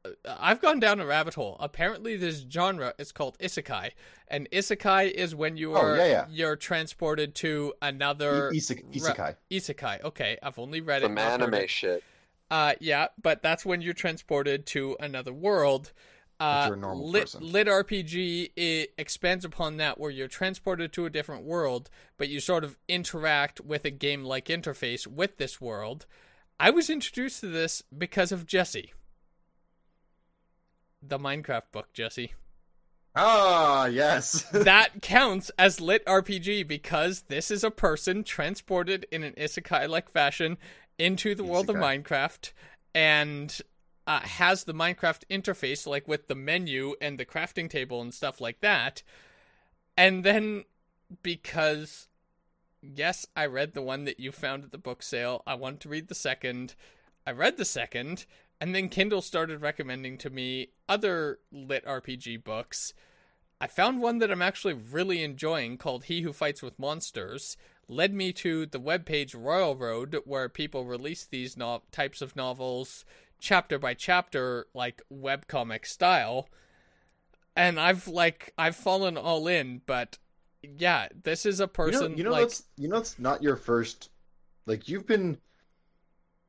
uh, I've gone down a rabbit hole. Apparently, this genre is called isekai, and isekai is when you Oh, are yeah, yeah. you're transported to another I- Isek- Isekai. isekai. Okay, I've only read it. Some not heard it. anime shit. Uh, yeah, but that's when you're transported to another world. Uh, you're a normal lit, person. lit RPG it expands upon that where you're transported to a different world, but you sort of interact with a game-like interface with this world. I was introduced to this because of Jesse, the Minecraft book. Jesse, Ah, yes. that counts as lit RPG because this is a person transported in an isekai-like fashion into the world of Isekai. Minecraft and uh, has the Minecraft interface, like with the menu and the crafting table and stuff like that. And then because, yes, I read the one that you found at the book sale, I wanted to read the second. I read the second, and then Kindle started recommending to me other lit RPG books. I found one that I'm actually really enjoying called He Who Fights with Monsters, led me to the webpage Royal Road, where people release these no- types of novels chapter by chapter, like webcomic style. And I've like I've fallen all in, but yeah, this is a person you know, you know like that's you know it's not your first. Like you've been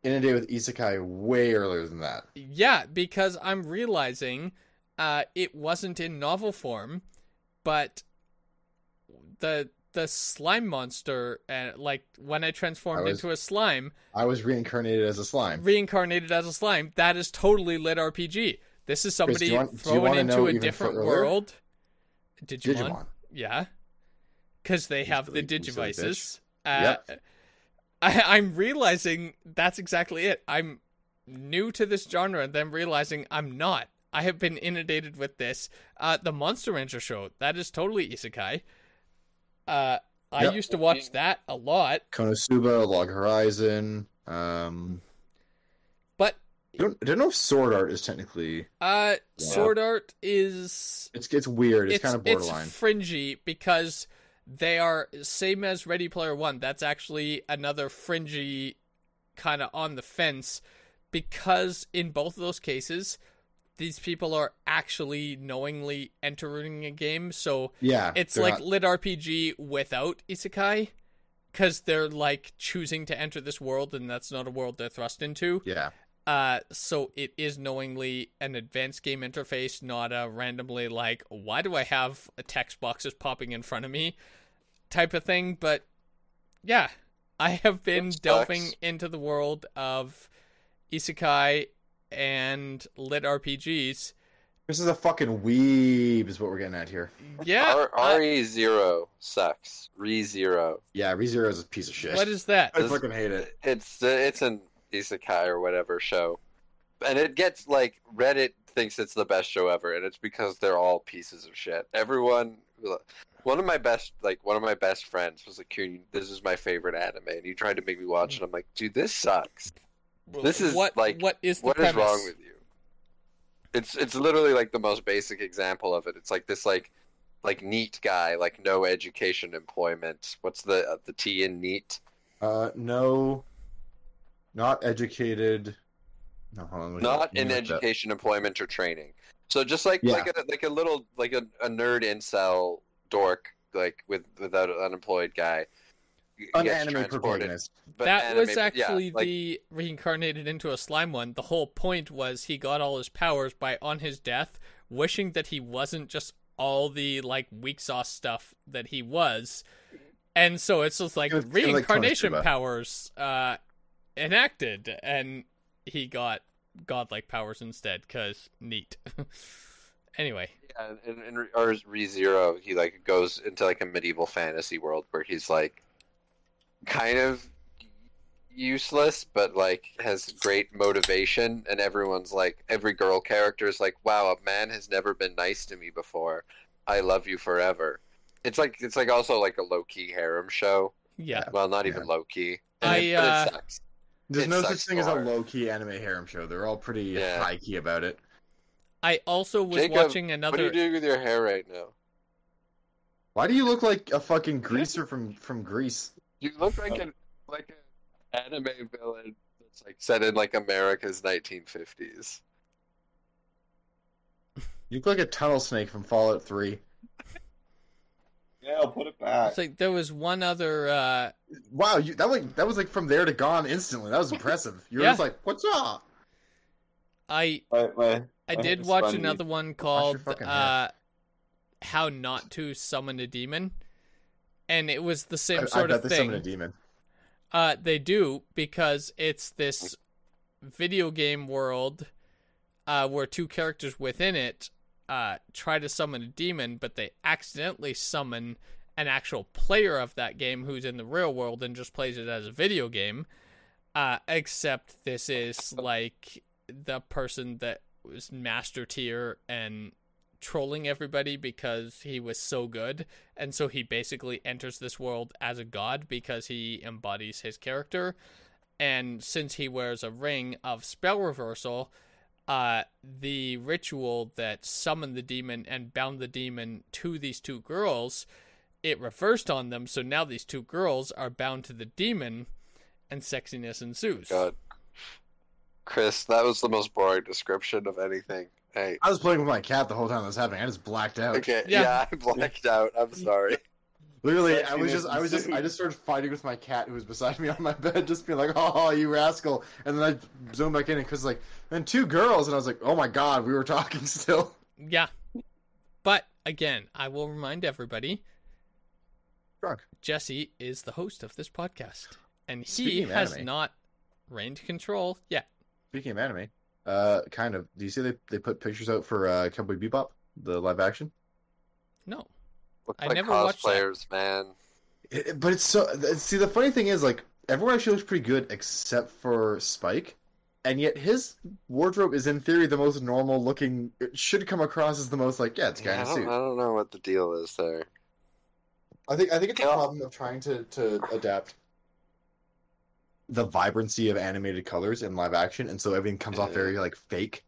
in a day with isekai way earlier than that. Yeah, because I'm realizing uh, it wasn't in novel form, but the the slime monster, uh, like when I transformed I was- into a slime, I was reincarnated as a slime. reincarnated as a slime, that is totally lit RPG. This is do somebody you want- do you thrown wanna know into a even different further? world. Digimon, Digimon. yeah, because they have the really- you silly digivices. Uh, I, I'm realizing that's exactly it. I'm new to this genre, and then realizing I'm not. I have been inundated with this. Uh, the Monster Rancher show that is totally isekai. Uh, I Yep. used to watch that a lot, Konosuba, Log Horizon. Um, but I don't, I don't know if sword art is technically. Uh, Yeah. Sword Art is It's it's weird. It's, kind of borderline. It's fringy because they are same as Ready Player One. That's actually another fringy kind of on the fence because in both of those cases, these people are actually knowingly entering a game. So yeah, it's they're like not- lit RPG without isekai because they're like choosing to enter this world and that's not a world they're thrust into. yeah, Uh, so it is knowingly an advanced game interface, not a randomly like, why do I have a text boxes popping in front of me type of thing. But yeah, I have been That sucks. delving into the world of isekai and lit RPGs. this is a fucking weeb, is what we're getting at here. Mm-hmm. Yeah. R I- RE zero sucks. Re zero. Yeah, ReZero is a piece of shit. what is that? I fucking hate it. It's uh, it's an isekai or whatever show, and it gets like Reddit thinks it's the best show ever, and it's because they're all pieces of shit. Everyone, one of my best like one of my best friends was like, "Kuhn, this is my favorite anime," and he tried to make me watch it. I'm like, "Dude, this sucks. This is what, like what is the What is premise? wrong with you?" It's it's literally like the most basic example of it. It's like this like like neat guy like no education employment. What's the uh, the T in neat? Uh, no, not educated. No, hold on, let me- not let in me look that. education, employment, or training. So just like Yeah. like a like a little like a, a nerd incel dork like with without an unemployed guy. gets An anime transported, protagonist. but that anime- was yeah, actually like, the reincarnated into a slime one. The whole point was he got all his powers by on his death, wishing that he wasn't just all the like weak sauce stuff that he was. And so it's just like It was- it was like reincarnation Konosuba. powers uh enacted and he got godlike powers instead cuz neat. anyway, yeah, in, in, in or Re Zero, he like goes into like a medieval fantasy world where he's like kind of useless but like has great motivation and everyone's like every girl character is like wow a man has never been nice to me before i love you forever it's like it's like also like a low-key harem show yeah. well not Yeah. even low-key I, it, but uh, it sucks. There's It no sucks such thing as a hard. low key anime harem show. They're all pretty Yeah. high key about it. I also was Jacob, watching what are another you doing with your hair right now Why do you look like a fucking greaser from from Greece? You look like an like an Uh, anime villain that's like set in like America's 1950s. You look like a tunnel snake from Fallout Three. Yeah, I'll put it back. it's like there was one other uh Wow, you, that like that was like from there to gone instantly. That was impressive. You were Yeah. just like, "What's up?" I My, my, I Oh, did it's watch funny. another one your called fucking uh, "How Not to Summon a Demon," and it was the same I, I sort bet of they thing. summoned a demon. Uh, they do because it's this video game world uh, where two characters within it uh, try to summon a demon, but they accidentally summon an actual player of that game who's in the real world and just plays it as a video game. Uh, except this is like the person that was master tier and trolling everybody because he was so good and so he basically enters this world as a god because he embodies his character and since he wears a ring of spell reversal uh the ritual that summoned the demon and bound the demon to these two girls it reversed on them so now these two girls are bound to the demon and sexiness ensues God, Chris, that was the most boring description of anything. Hey, I was playing with my cat the whole time that was happening. I just blacked out. okay, Yeah. yeah, I blacked out. I'm sorry. Literally, Sexiness I was just, I was just, I just started fighting with my cat who was beside me on my bed, just being like, "Oh, you rascal!" And then I zoomed back in, and Chris was like, "And two girls," and I was like, "Oh my god, we were talking still." yeah but again i will remind everybody Drunk. Jesse is the host of this podcast, and he Speaking of has anime. not reigned control yet. Speaking of anime, uh, kind of. Do you see they they put pictures out for uh, Cowboy Bebop, the live action? No, Look I like never watched that. cosplayers, man. It, it- but it's so. th- See, the funny thing is, like, everyone actually looks pretty good except for Spike, and yet his wardrobe is in theory the most normal looking. It should come across as the most like, yeah, it's a guy Yeah, I in a don't, suit. I don't know what the deal is there. I think I think it's a Yeah. problem of trying to to adapt. the vibrancy of animated colors in live action, and so everything comes off Yeah. very like fake.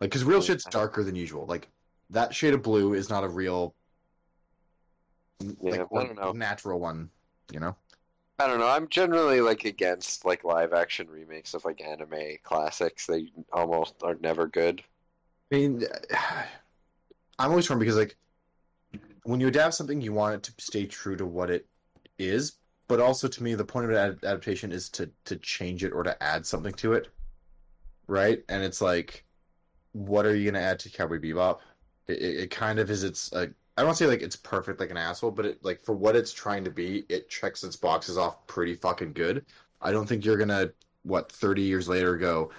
Like, because real shit's darker than usual. Like that shade of blue is not a real, like I don't know. natural one. You know, I don't know. I'm generally like against like live action remakes of like anime classics. They almost are never good. I mean, I'm always torn because like when you adapt something, you want it to stay true to what it is, but also to me, the point of an ad- adaptation is to to change it or to add something to it, right? And it's like, what are you going to add to Cowboy Bebop? It, it, it kind of is its like I don't wanna say like it's perfect like an asshole, but it like for what it's trying to be, it checks its boxes off pretty fucking good. I don't think you're gonna what thirty years later go.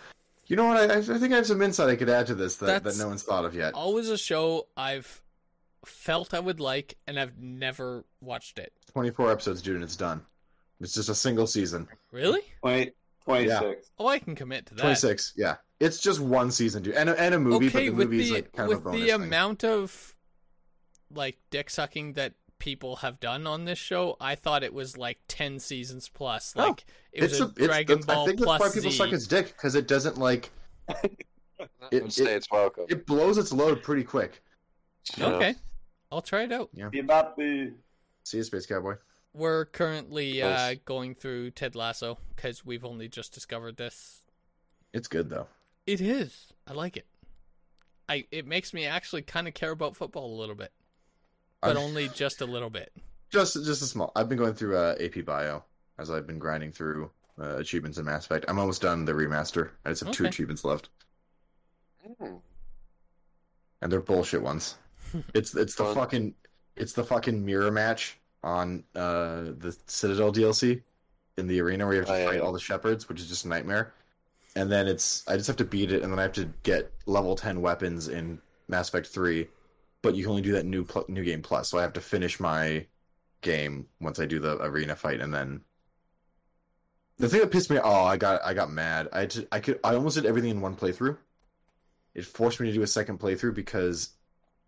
You know what? I, I think I have some insight I could add to this that, that That's- no one's thought of yet. Always a show I've felt I would like, and I've never watched it. 24 episodes, dude, and it's done. It's just a single season. Really? 20, 26. Oh, I can commit to that. 26, yeah. It's just one season, dude. And a, and a movie, okay, but the with movie's the like kind with of a bonus the thing. amount of like dick sucking that people have done on this show, I thought it was like ten seasons plus. No, Like it was Oh, it's a, a- it's- Dragon that's- Ball I think that's plus why people Z. suck its dick, because it doesn't, like, It- It, States welcome. it blows its load pretty quick. Yeah. Okay, I'll try it out. Bebop. See you, Space Cowboy. We're currently uh, Nice. going through Ted Lasso because we've only just discovered this. It's good, though. It is. I like it. I it makes me actually kind of care about football a little bit, but I'm- only just a little bit. Just just a small. I've been going through uh, AP Bio as I've been grinding through uh, achievements in Mass Effect. I'm almost done the remaster. I just have two Okay. achievements left, Hmm. and they're bullshit ones. It's it's the Fun. fucking it's the fucking mirror match on uh the Citadel DLC in the arena where you have to Oh, yeah, fight yeah. all the shepherds, which is just a nightmare. And then it's I just have to beat it, and then I have to get level ten weapons in Mass Effect Three, but you can only do that new pl- new game plus. So I have to finish my game once I do the arena fight, and then the thing that pissed me oh I got I got mad I just, I could I almost did everything in one playthrough. It forced me to do a second playthrough because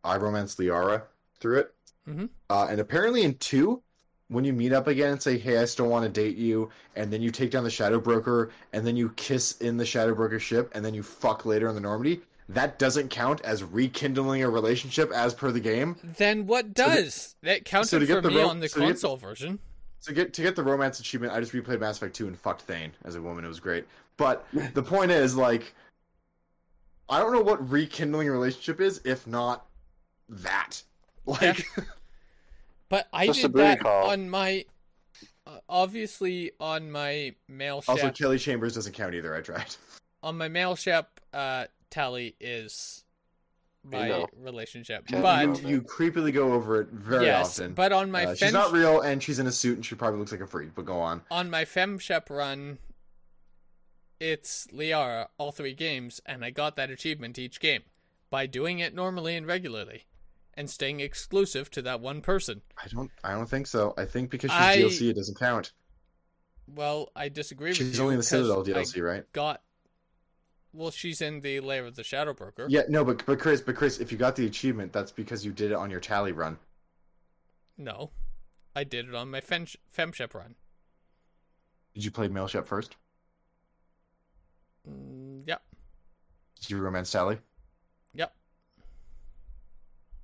I romanced Liara through it. Mhm. Uh, and apparently, in two, when you meet up again and say, "Hey, I still want to date you," and then you take down the Shadow Broker, and then you kiss in the Shadow Broker ship, and then you fuck later in the Normandy, that doesn't count as rekindling a relationship as per the game. Then what So to- does that counted so to get for the me ro- on the so to get the- console version? So get to get the romance achievement, I just replayed Mass Effect 2 and fucked Thane as a woman. It was great. But the point is, like, I don't know what rekindling a relationship is if not that. Like, But I Just a did booty that call. on my uh, obviously on my mail shop. also Kelly Chambers doesn't count either. I tried. on my mail shop uh, tally is my know. relationship, Yeah, you but know. you, you creeply go over it very yes, often. but on my Uh, fem- she's not real, and she's in a suit, and she probably looks like a freak. But go on. on my FemShep run, it's Liara all three games, and I got that achievement each game by doing it normally and regularly, and staying exclusive to that one person. I don't. I don't think so. I think because she's I- DLC, it doesn't count. Well, I disagree with you. She's only in the 'cause Citadel I DLC, right? Got. Well, she's in the layer of the Shadow Broker. Yeah, no, but but Chris, but Chris, if you got the achievement, that's because you did it on your tally run. No, I did it on my fem- FemShep run. Did you play Mail Shop first? Mm, yep, Did you romance tally? yep.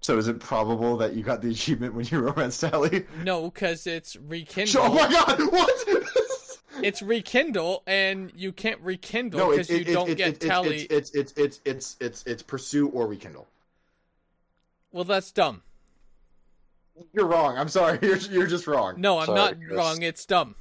So is it probable that you got the achievement when you romance tally? No, because it's rekindle. Oh my god! What? It's rekindle, and you can't it- rekindle because you it- it- don't it- get it- tally. It's it's it's it's it's it's pursue or rekindle. well, that's dumb. You're wrong. I'm sorry. You're you're just wrong. No, I'm Sorry, not Chris. wrong. It's dumb.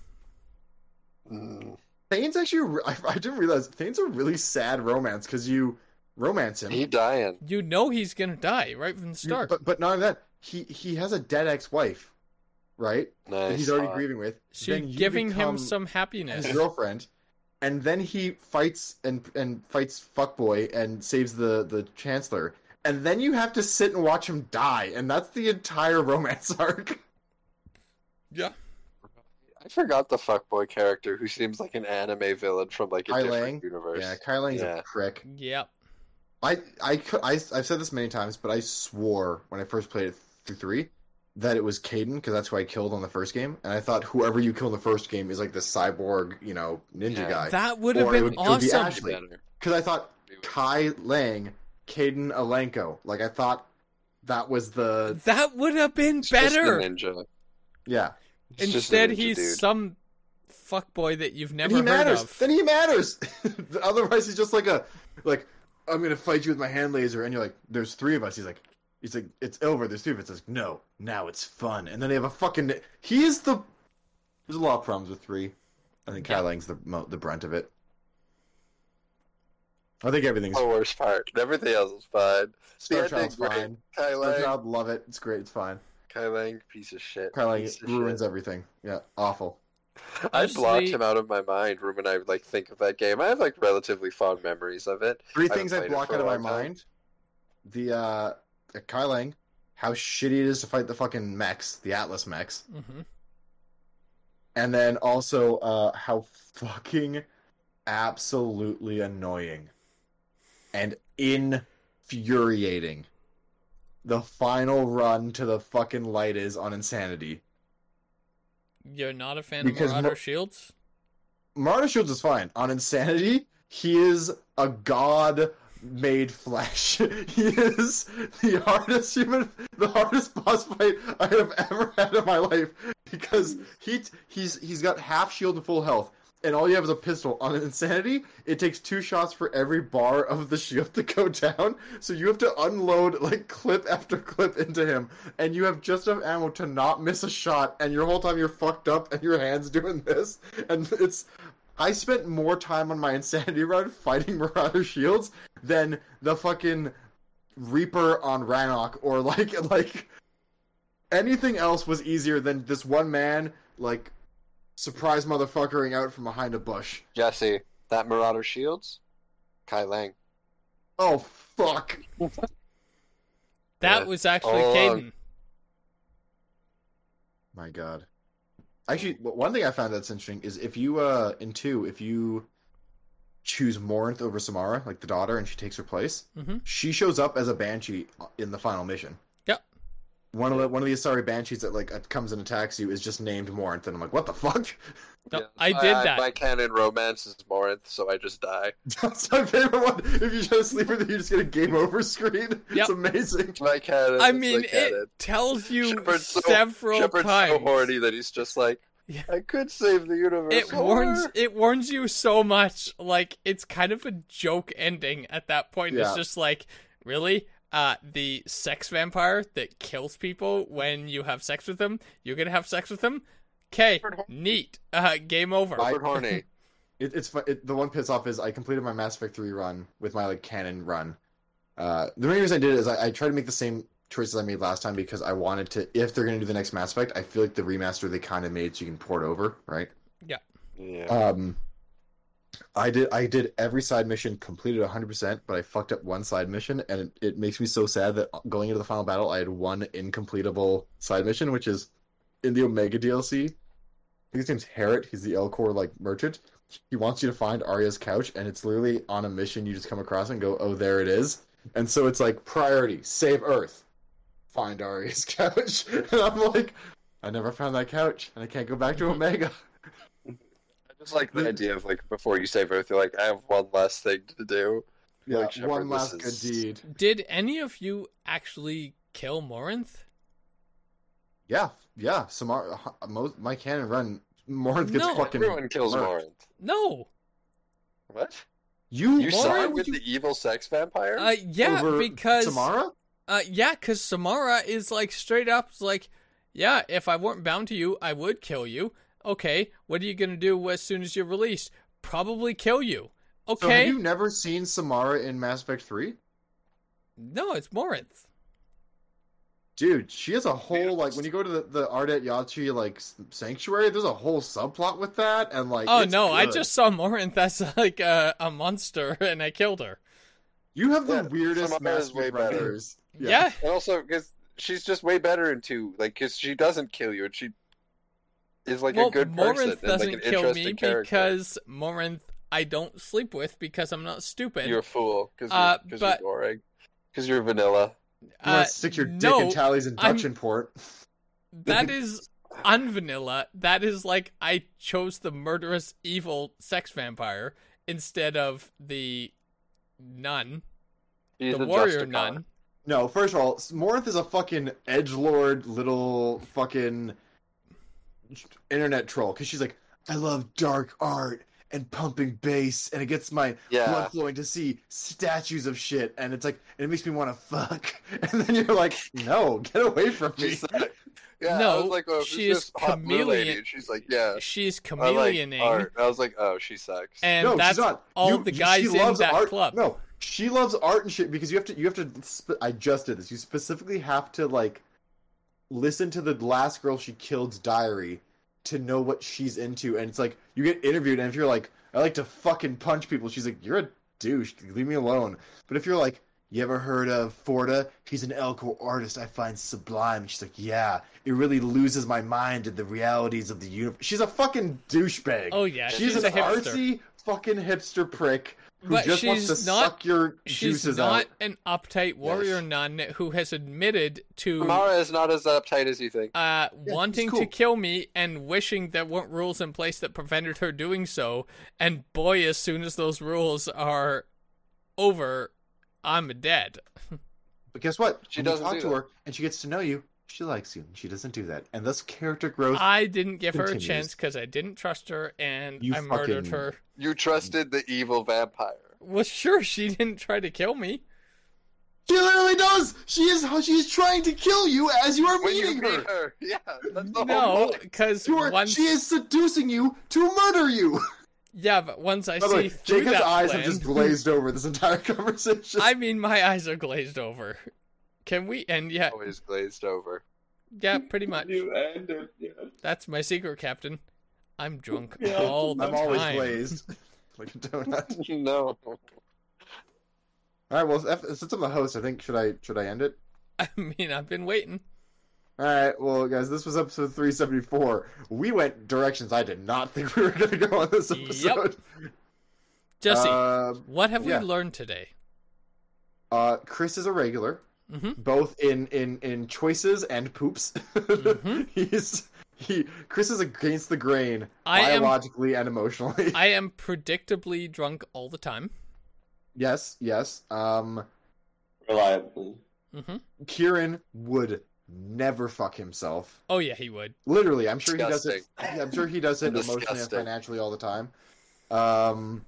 Mm. Thane's actually. a re- I, I didn't realize Thane's a really sad romance because you romance him. He dying. You know he's gonna die right from the You- start. but but not only that, he he has a dead ex-wife, right? Nice. That he's already Uh, grieving with. She Then you giving him become some happiness. his girlfriend, and then he fights and and fights fuckboy and saves the the chancellor, and then you have to sit and watch him die, and that's the entire romance arc. Yeah. I forgot the fuckboy character who seems like an anime villain from like a Kai different Lang? universe. Yeah, Kai Lang's Yeah. a prick. Yep. I, I, cou- I, have said this many times, but I swore when I first played it through three that it was Caden because that's who I killed on the first game, and I thought whoever you kill in the first game is like the cyborg, you know, ninja Yeah. guy. That would have Or it been would- it would be awesome. Ash- Actually, Because I thought Kai Lang, Caden Alenko, like I thought that was the that would have been It's just the better. ninja. yeah. It's just the Instead, ninja he's dude. some fuckboy that you've Then never he heard matters. of. Then he matters. Otherwise, he's just like a like I'm gonna fight you with my hand laser, and you're like, there's three of us. He's like, he's like, it's over. There's three of us. It's like, no, now it's fun. And then they have a fucking. He is the. There's a lot of problems with three. I think Kai Lang's the mo- the brunt of it. I think everything's The worst part. Everything else is fine. Star ending, Child's right? fine. Kai Star Lang, Child, love it. It's great. It's fine. Kai Lang, piece of shit. Kai Lang Piece of ruins shit. everything. Yeah, awful. I Honestly- blocked him out of my mind. Room and I like think of that game. I have like relatively fond memories of it. Three haven't things I played it block for a out of my long time. mind: the uh, the Kai Lang, how shitty it is to fight the fucking mechs, the Atlas mechs, hmm and then also uh, how fucking absolutely annoying and infuriating the final run to the fucking light is on Insanity. You're not a fan Because of Marauder mo- Shields? Marta Shields is fine. On Insanity, he is a god made flesh. he is the hardest human, the hardest boss fight I have ever had in my life because he he's he's got half shield and full health. And all you have is a pistol. On Insanity, it takes two shots for every bar of the shield to go down. So you have to unload like clip after clip into him, and you have just enough ammo to not miss a shot. And your whole time you're fucked up, and your hands doing this, and it's I spent more time on my insanity run fighting Marauder Shields than the fucking Reaper on Rannoch or like like anything else was easier than this one man like surprise motherfuckering out from behind a bush. Jesse, that Marauder Shields, Kai Lang. Oh fuck. That Yeah. Oh, was actually All along. Caden. My god. Actually, w- one thing I found that's interesting is if you uh in 2 if you choose Morinth over Samara, like the daughter and she takes her place, Mhm. she shows up as a banshee uh, in the final mission. Yep. One of the one of the Asari banshees that like uh, comes and attacks you is just named Morinth and I'm like, "What the fuck?" No, Yeah, I my- did I- that. My canon romance is Morinth, so I just die. That's my favorite one. If you show sleep with it, you just get a game over screen. Yep. It's amazing. My canon. I is mean, my it canon. tells you Shepard's so- several Shepard's times. so horny that he's just like, Yeah. I could save the universe. it or-" warns it warns you so much like it's kind of a joke ending at that point it's Yeah. just like really uh the sex vampire that kills people when you have sex with them you're gonna have sex with them okay neat uh game over Bye. Shepard horny. It, it's fu- it, the one piss off is I completed my Mass Effect three run with my like canon run. Uh, the main reason I did it is I, I tried to make the same choices I made last time because I wanted to. If they're gonna do the next Mass Effect, I feel like the remaster they kind of made so you can port over, right? Yeah. Um, I did I did every side mission completed 100, percent but I fucked up one side mission, and it, it makes me so sad that going into the final battle, I had one incompletable side mission, which is in the Omega DLC. I think his name's Harrit. He's the Elcor like merchant. He wants you to find Arya's couch, and it's literally on a mission. You just come across and go, "Oh, there it is." And so it's like priority: save Earth, find Arya's couch. And I'm like, I never found that couch, and I can't go back to Omega. I just like the idea of like before you save Earth, you're like, I have one last thing to do. Yeah, Like, Shepard, one this last is- good deed. did any of you actually kill morinth Yeah, yeah. Samar, uh, most, my cannon run. Morinth gets No, fucking. Everyone kills murked. Morinth. no What? You, You saw Morinth? it with you the evil sex vampire? uh yeah over because Samara. Uh, yeah, because Samara is like straight up like, yeah, if I weren't bound to you, I would kill you. Okay, what are you gonna do as soon as you're released? Probably kill you. So Okay, have you never seen Samara in Mass Effect Three? no, it's Morinth. Dude, she has a whole like when you go to the the Ardet Yachi like s- sanctuary. There's a whole subplot with that, and like. oh it's no, I good. just saw Morinth as like a, a monster and I killed her. You have the Yeah, weirdest Samara Mass is way Effect better. runners. Yeah, And also, because she's just way better in two. Like, because she doesn't kill you, and she is like well, a good person and like Morinth an doesn't kill interesting me character. because Morinth I don't sleep with because I'm not stupid. you're a fool. Because you're, Uh, 'cause but- you're boring. Because you're vanilla. You want Uh, to stick your no, dick in Tally's induction port. that is unvanilla. That is like I chose the murderous, evil sex vampire instead of the nun, He's the a warrior Justicon. nun. No, first of all, Morinth is a fucking edge lord, little fucking internet troll because she's like, I love dark art and pumping bass, and it gets my Yeah. blood flowing to see statues of shit, and it's like, and it makes me want to fuck, and then you're like, no, get away from me. She's like, yeah, I No, was like, oh, who's she this is hot blue lady? chameleon. And she's like, yeah, She's I like chameleoning, art. I was like, oh, she sucks. and no, that's she's not. all You- the you- guys she in loves that art. club. No, she loves art and shit because you have to. You have to. sp- I just did this. You specifically have to like listen to the last girl she killed's diary to know what she's into, and it's like you get interviewed, and if you're like, I like to fucking punch people, she's like, you're a douche. Leave me alone. But if you're like. You ever heard of Forda? He's an Elcor artist I find sublime. And she's like, yeah, it really loses my mind to the realities of the universe. She's a fucking douchebag. Oh yeah, She's, she's an a hipster. artsy fucking hipster prick who But just wants she's to not- suck your She's juices not out. an uptight warrior nun who has admitted to Amara is not as uptight as you think. uh, wanting to cool. kill me and wishing there weren't rules in place that prevented her doing so. And boy, as soon as those rules are over, I'm dead. But guess what? She when you doesn't talk do to that. her and she gets to know you. She likes you, and she doesn't do that. And thus, character growth. I didn't give her a Continues. chance because I didn't trust her and You I murdered fucking- her. You trusted the evil vampire. Well, sure, she didn't try to kill me. she literally does. She is. She is trying to kill you as you are When you meeting her. meet her, yeah, that's the whole No, point. because You are- once She is seducing you to murder you. yeah, but once I By the see way, through Jacob's that eyes plan, have just glazed over this entire conversation. I mean, my eyes are glazed over. Can we end yet? Oh. Always glazed over. Yeah, pretty much. You and uh, yeah. That's my secret, Captain. I'm drunk Yeah, all the I'm always time. glazed, like a donut. no. All right. Well, if- since I'm the host, I think should I should I end it? I mean, I've been waiting. All right, well, guys, this was episode 374. We went directions I did not think we were going to go on this episode. Jesse, Uh, what have yeah. we learned today? uh, Chris is a regular, hmm both in in in choices and poops. Mhm. He's he. Chris is against the grain I am- biologically and emotionally. I am predictably drunk all the time. yes, yes. Um, reliably. hmm Kieran would never fuck himself. Oh yeah, he would. Literally, I'm sure he Disgusting. does it. I'm sure he does it emotionally and Disgusting. financially all the time. Um,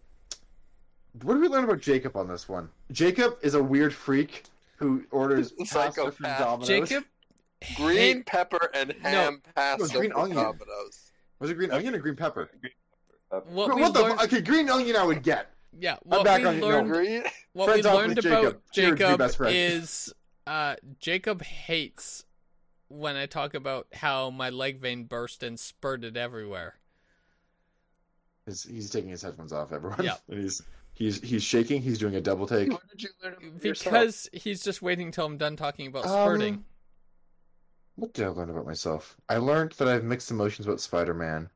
what did we learn about Jacob on this one? Jacob is a weird freak who orders pasta from Psychopath. Domino's. Jacob, Green hate- pepper and ham pasta green from onion. Domino's. was it green onion or green pepper? what What, we the learned, fu- okay? Green onion, I would get. yeah, what back we on you. No, learned, Green. what we Friends off learned with about Jacob. Cheers to your Jacob best friend. is uh, Jacob hates when I talk about how my leg vein burst and spurted everywhere. 'Cause He's taking his headphones off, everyone. Yeah. And he's he's he's shaking. He's doing a double take. What did you learn about yourself? Because he's just waiting till I'm done talking about Um, spurting. What did I learn about myself? I learned that I have mixed emotions about Spider-Man.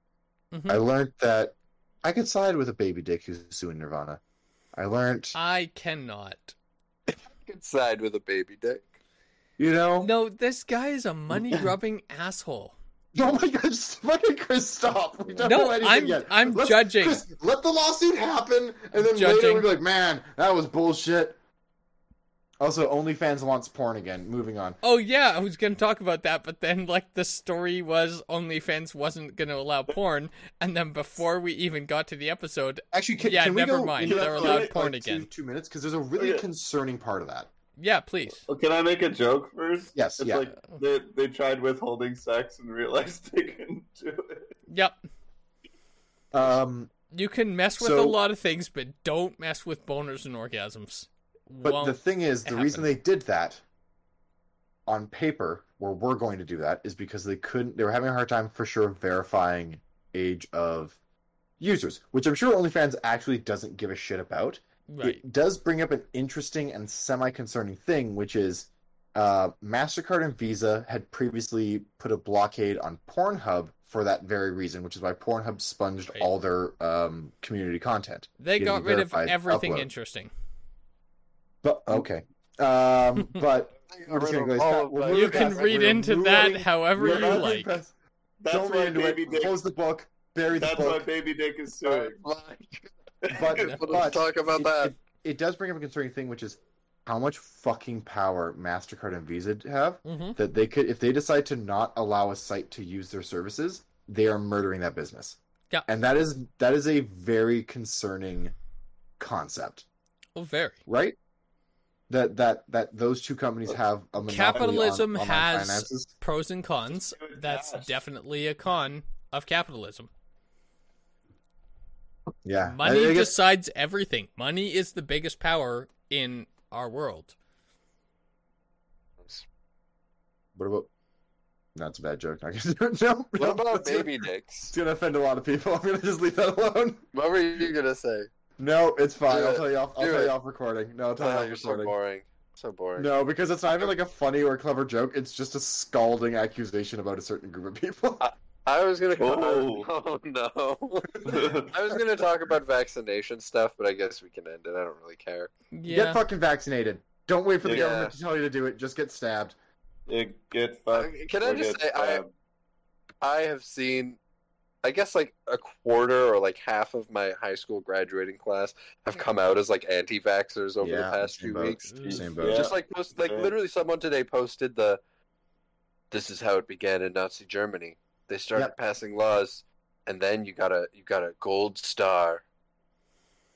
Mhm. I learned that I could side with a baby dick who's suing Nirvana. I learned, I cannot. You can side with a baby dick. you know, No, this guy is a money grubbing asshole. Oh my God! just Fucking Chris, stop! We don't No, know anything I'm- yet. I'm judging. Chris, let the lawsuit happen, and then later Judging. we'll be like, "Man, that was bullshit." Also, OnlyFans wants porn again. Moving on. Oh yeah, I was gonna talk about that, but then like the story was OnlyFans wasn't gonna allow porn, and then before we even got to the episode, Actually, can, Yeah, can we never go mind. into They're that for, allowed like, porn two- again. Two minutes, because there's a really Okay. concerning part of that. yeah, please. Well, can I make a joke first? Yes, It's yeah. like they, they tried withholding sex and realized they couldn't do it. Yep, Um, you can mess with So- a lot of things, but don't mess with boners and orgasms. But Won't. the thing is, the reason they happen. did that on paper, where we're going to do that, is because they couldn't. They were having a hard time for sure verifying age of users, which I'm sure OnlyFans actually doesn't give a shit about. right? It does bring up an interesting and semi-concerning thing, which is uh, Mastercard and Visa had previously put a blockade on Pornhub for that very reason, which is why Pornhub sponged Right. all their um, community content. They getting got rid of verified everything upload. interesting. But okay. Um, but I We're just read gonna glaze all past- of we'll that. move You past can it. read We're into that moving- however we're you moving like. past- That's Don't why read into baby it. dick. Close the book. Bury the That's why book. baby dick is Alright, suing. But- let's but- talk about it- that. It, it does bring up a concerning thing, which is how much fucking power Mastercard and Visa have Mhm. that they could, if they decide to not allow a site to use their services, they are murdering that business. Yeah. and that is that is a very concerning concept, Oh, very. right? That that that those two companies have a monopoly on Capitalism online has- finances. Pros and cons. Just do it That's fast. definitely a con of capitalism. yeah Money I- I guess- decides everything. Money is the biggest power in our world. What about? That's a bad joke. I guess no. What about it's- baby It's dicks? gonna offend a lot of people. I'm gonna just leave that alone. What were you gonna say? No, it's fine. Do I'll it. tell you off. I'll Do tell it. you off recording. No, I'll tell you Oh, off you're so recording. boring. So boring. no, because it's not even like a funny or clever joke. It's just a scalding accusation about a certain group of people. I- I was gonna. Oh. oh no. I was gonna talk about vaccination stuff, but I guess we can end it. I don't really care. Yeah. Get fucking vaccinated. Don't wait for the Yeah. government to tell you to do it. Just get stabbed. Yeah, get fucked. I- Uh, can I or just get say I- stabbed. I have seen, I guess, like a quarter or like half of my high school graduating class have come out as like anti vaxxers over Yeah, the past same few boat. weeks. Same Yeah. boat. Just like post, like Yeah. literally, someone today posted the. This is how it began in Nazi Germany. They started Yep. passing laws, and then you got a you got a gold star.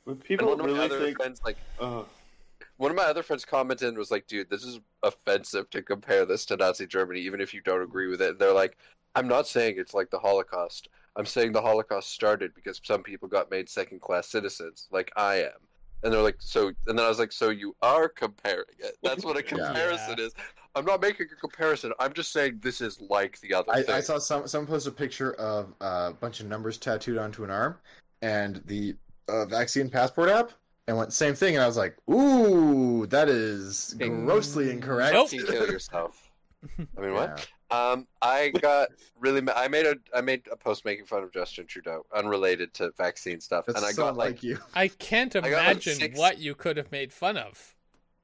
Would And people one of my really other think? friends like Oh, one of my other friends commented and was like, dude, this is offensive to compare this to Nazi Germany, even if you don't agree with it. And they're like, I'm not saying it's like the Holocaust. I'm saying the Holocaust started because some people got made second class citizens, like I am. And they're like, so, and then I was like, so you are comparing it. That's what a comparison is. I'm not making a comparison. I'm just saying this is like the other I, thing. I saw some someone post a picture of uh, a bunch of numbers tattooed onto an arm, and the uh, vaccine passport app, and went same thing. And I was like, ooh, that is Ding. grossly incorrect. Nope. You kill yourself. I mean, what? Yeah. Um, I got really. ma- I made a. I made a post making fun of Justin Trudeau, unrelated to vaccine stuff, That's and I so got like, like you. I can't got, like, imagine six- what you could have made fun of.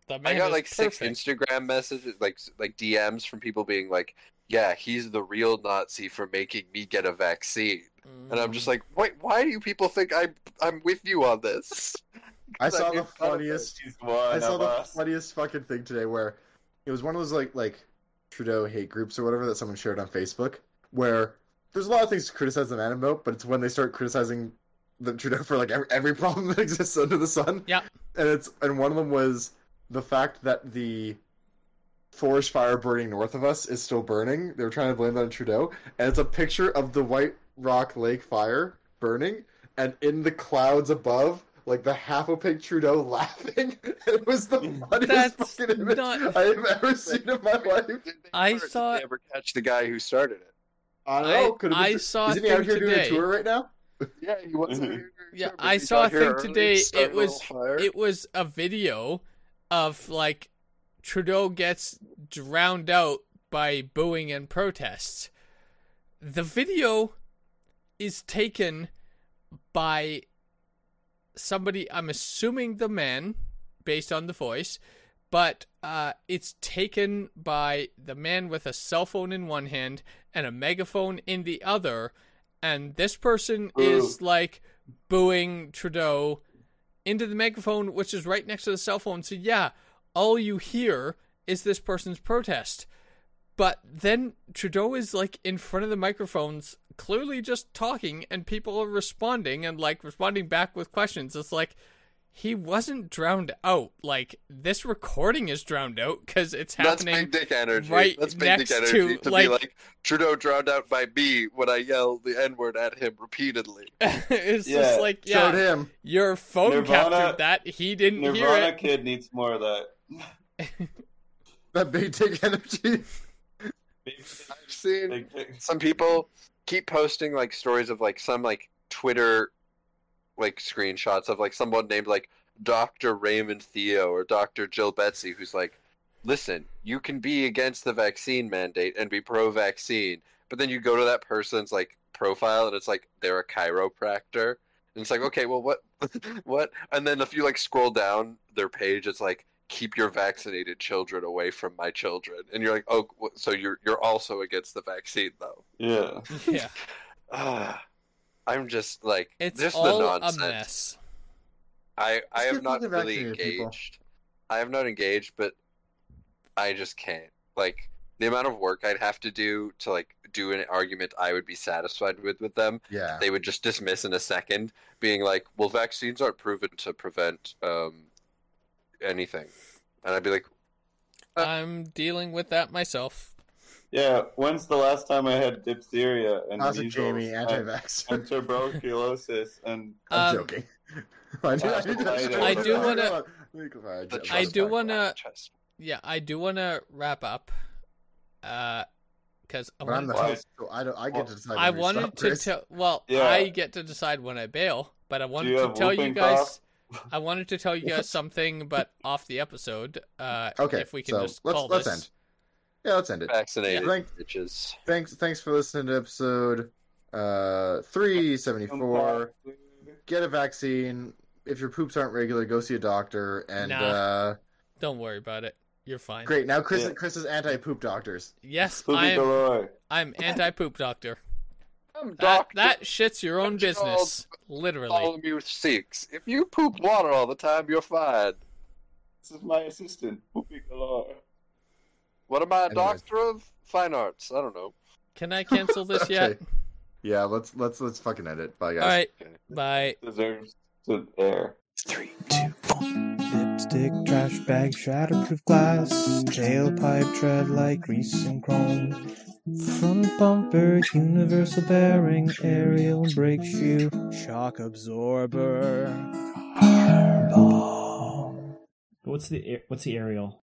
The man I got is like six perfect. Instagram messages, like like DMs from people being like, "Yeah, he's the real Nazi for making me get a vaccine," and I'm just Mm-hmm. like, "Wait, why do you people think I I'm with you on this?" I Because saw made the fun of it. funniest she's one I saw of the us. funniest fucking thing today where it was one of those like like Trudeau hate groups or whatever that someone shared on Facebook where there's a lot of things to criticize the man about, but it's when they start criticizing the Trudeau for like every, every problem that exists under the sun. Yeah. And it's and one of them was the fact that the forest fire burning north of us is still burning. They were trying to blame that on Trudeau, and it's a picture of the White Rock Lake fire burning, and in the clouds above, like the half opaque Trudeau laughing. It was the funniest That's fucking image not- I have ever seen in my life. Did they I ever- did saw- they ever catch the guy who started it? I don't I- know. Could have I Oh, been, saw a Isn't he out thing here doing today. a tour right now? Yeah, he wasn't. Mhm. Mm-hmm. here, Yeah, sure, but I he saw got a here thing early, today, started it a little was- fire. It was a video of like Trudeau gets drowned out by booing and protests. The video is taken by somebody, I'm assuming the man, based on the voice, but uh, it's taken by the man with a cell phone in one hand and a megaphone in the other. And this person is like booing Trudeau into the megaphone, which is right next to the cell phone. So, yeah, all you hear is this person's protest. But then Trudeau is like in front of the microphones, clearly just talking, and people are responding and like responding back with questions. It's like he wasn't drowned out. Like this recording is drowned out because it's That's happening. big dick energy. right That's big next dick energy to, to, be like- like Trudeau drowned out by me when I yell the N word at him repeatedly. it's Yeah, just like Showed yeah, him. your phone Nirvana- captured that. He didn't hear Nirvana it. kid needs more of that. That big dick energy. Big I've seen dick, big dick. some people keep posting like stories of like some like Twitter like screenshots of like someone named like Dr. Raymond Theo or Dr. Jill Betsy who's like, Listen, you can be against the vaccine mandate and be pro vaccine, but then you go to that person's like profile and it's like they're a chiropractor. And it's like, okay, well what what and then if you like scroll down their page, it's like keep your vaccinated children away from my children. And you're like, oh, wh- so you're you're also against the vaccine though. Yeah. Yeah, Ah, I'm just like it's just all the a nonsense. mess. I I Just have give not them the really vaccinated people. engaged. I have not engaged, but I just can't. Like the amount of work I'd have to do to like do an argument I would be satisfied with with them, Yeah. they would just dismiss in a second, being like, "Well, vaccines aren't proven to prevent um, anything," and I'd be like, Uh, I'm dealing with that myself. Yeah. When's the last time I had diphtheria and How's it, measles Jamie? and, Anti-vax. and tuberculosis and Uh, I'm Um, joking. I do, I do, I do "The I trust do fund, wanna- not the trust." Yeah, I do want to wrap up, uh, because I But I'm wanted the Why? host, so I don't. I get to decide. I when you wanted stop, to Chris. tell. Well, Yeah. I get to decide when I bail, but I wanted you to have tell you whooping guys. I wanted to tell you guys something, but off the episode. Uh, Okay, if we can so just let's call let's this. end. Yeah, let's end it. Vaccinated Yeah. bitches. Thanks, thanks for listening to episode uh three seventy four. Get a vaccine. If your poops aren't regular, go see a doctor. And Nah. uh Don't worry about it. You're fine. great. Now Chris, Yeah. Chris is anti-poop doctors. Yes, Poopy I'm. galore. I'm anti-poop doctor. I'm That, Doctor that shit's your own business, literally. Bartholomew Six. If you poop water all the time, you're fine. This is my assistant, Poopy galore. What am I, a Anyways. doctor of fine arts? I don't know. Can I cancel this yet? Okay. Yeah, let's let's let's fucking end it. Bye guys. All right. Bye. Deserves to air. Three, two, Lipstick, trash bag, shatterproof glass, tailpipe, tread like grease and chrome. Front bumper, universal bearing, aerial brake shoe, shock absorber. Bomb. What's the a- what's the aerial?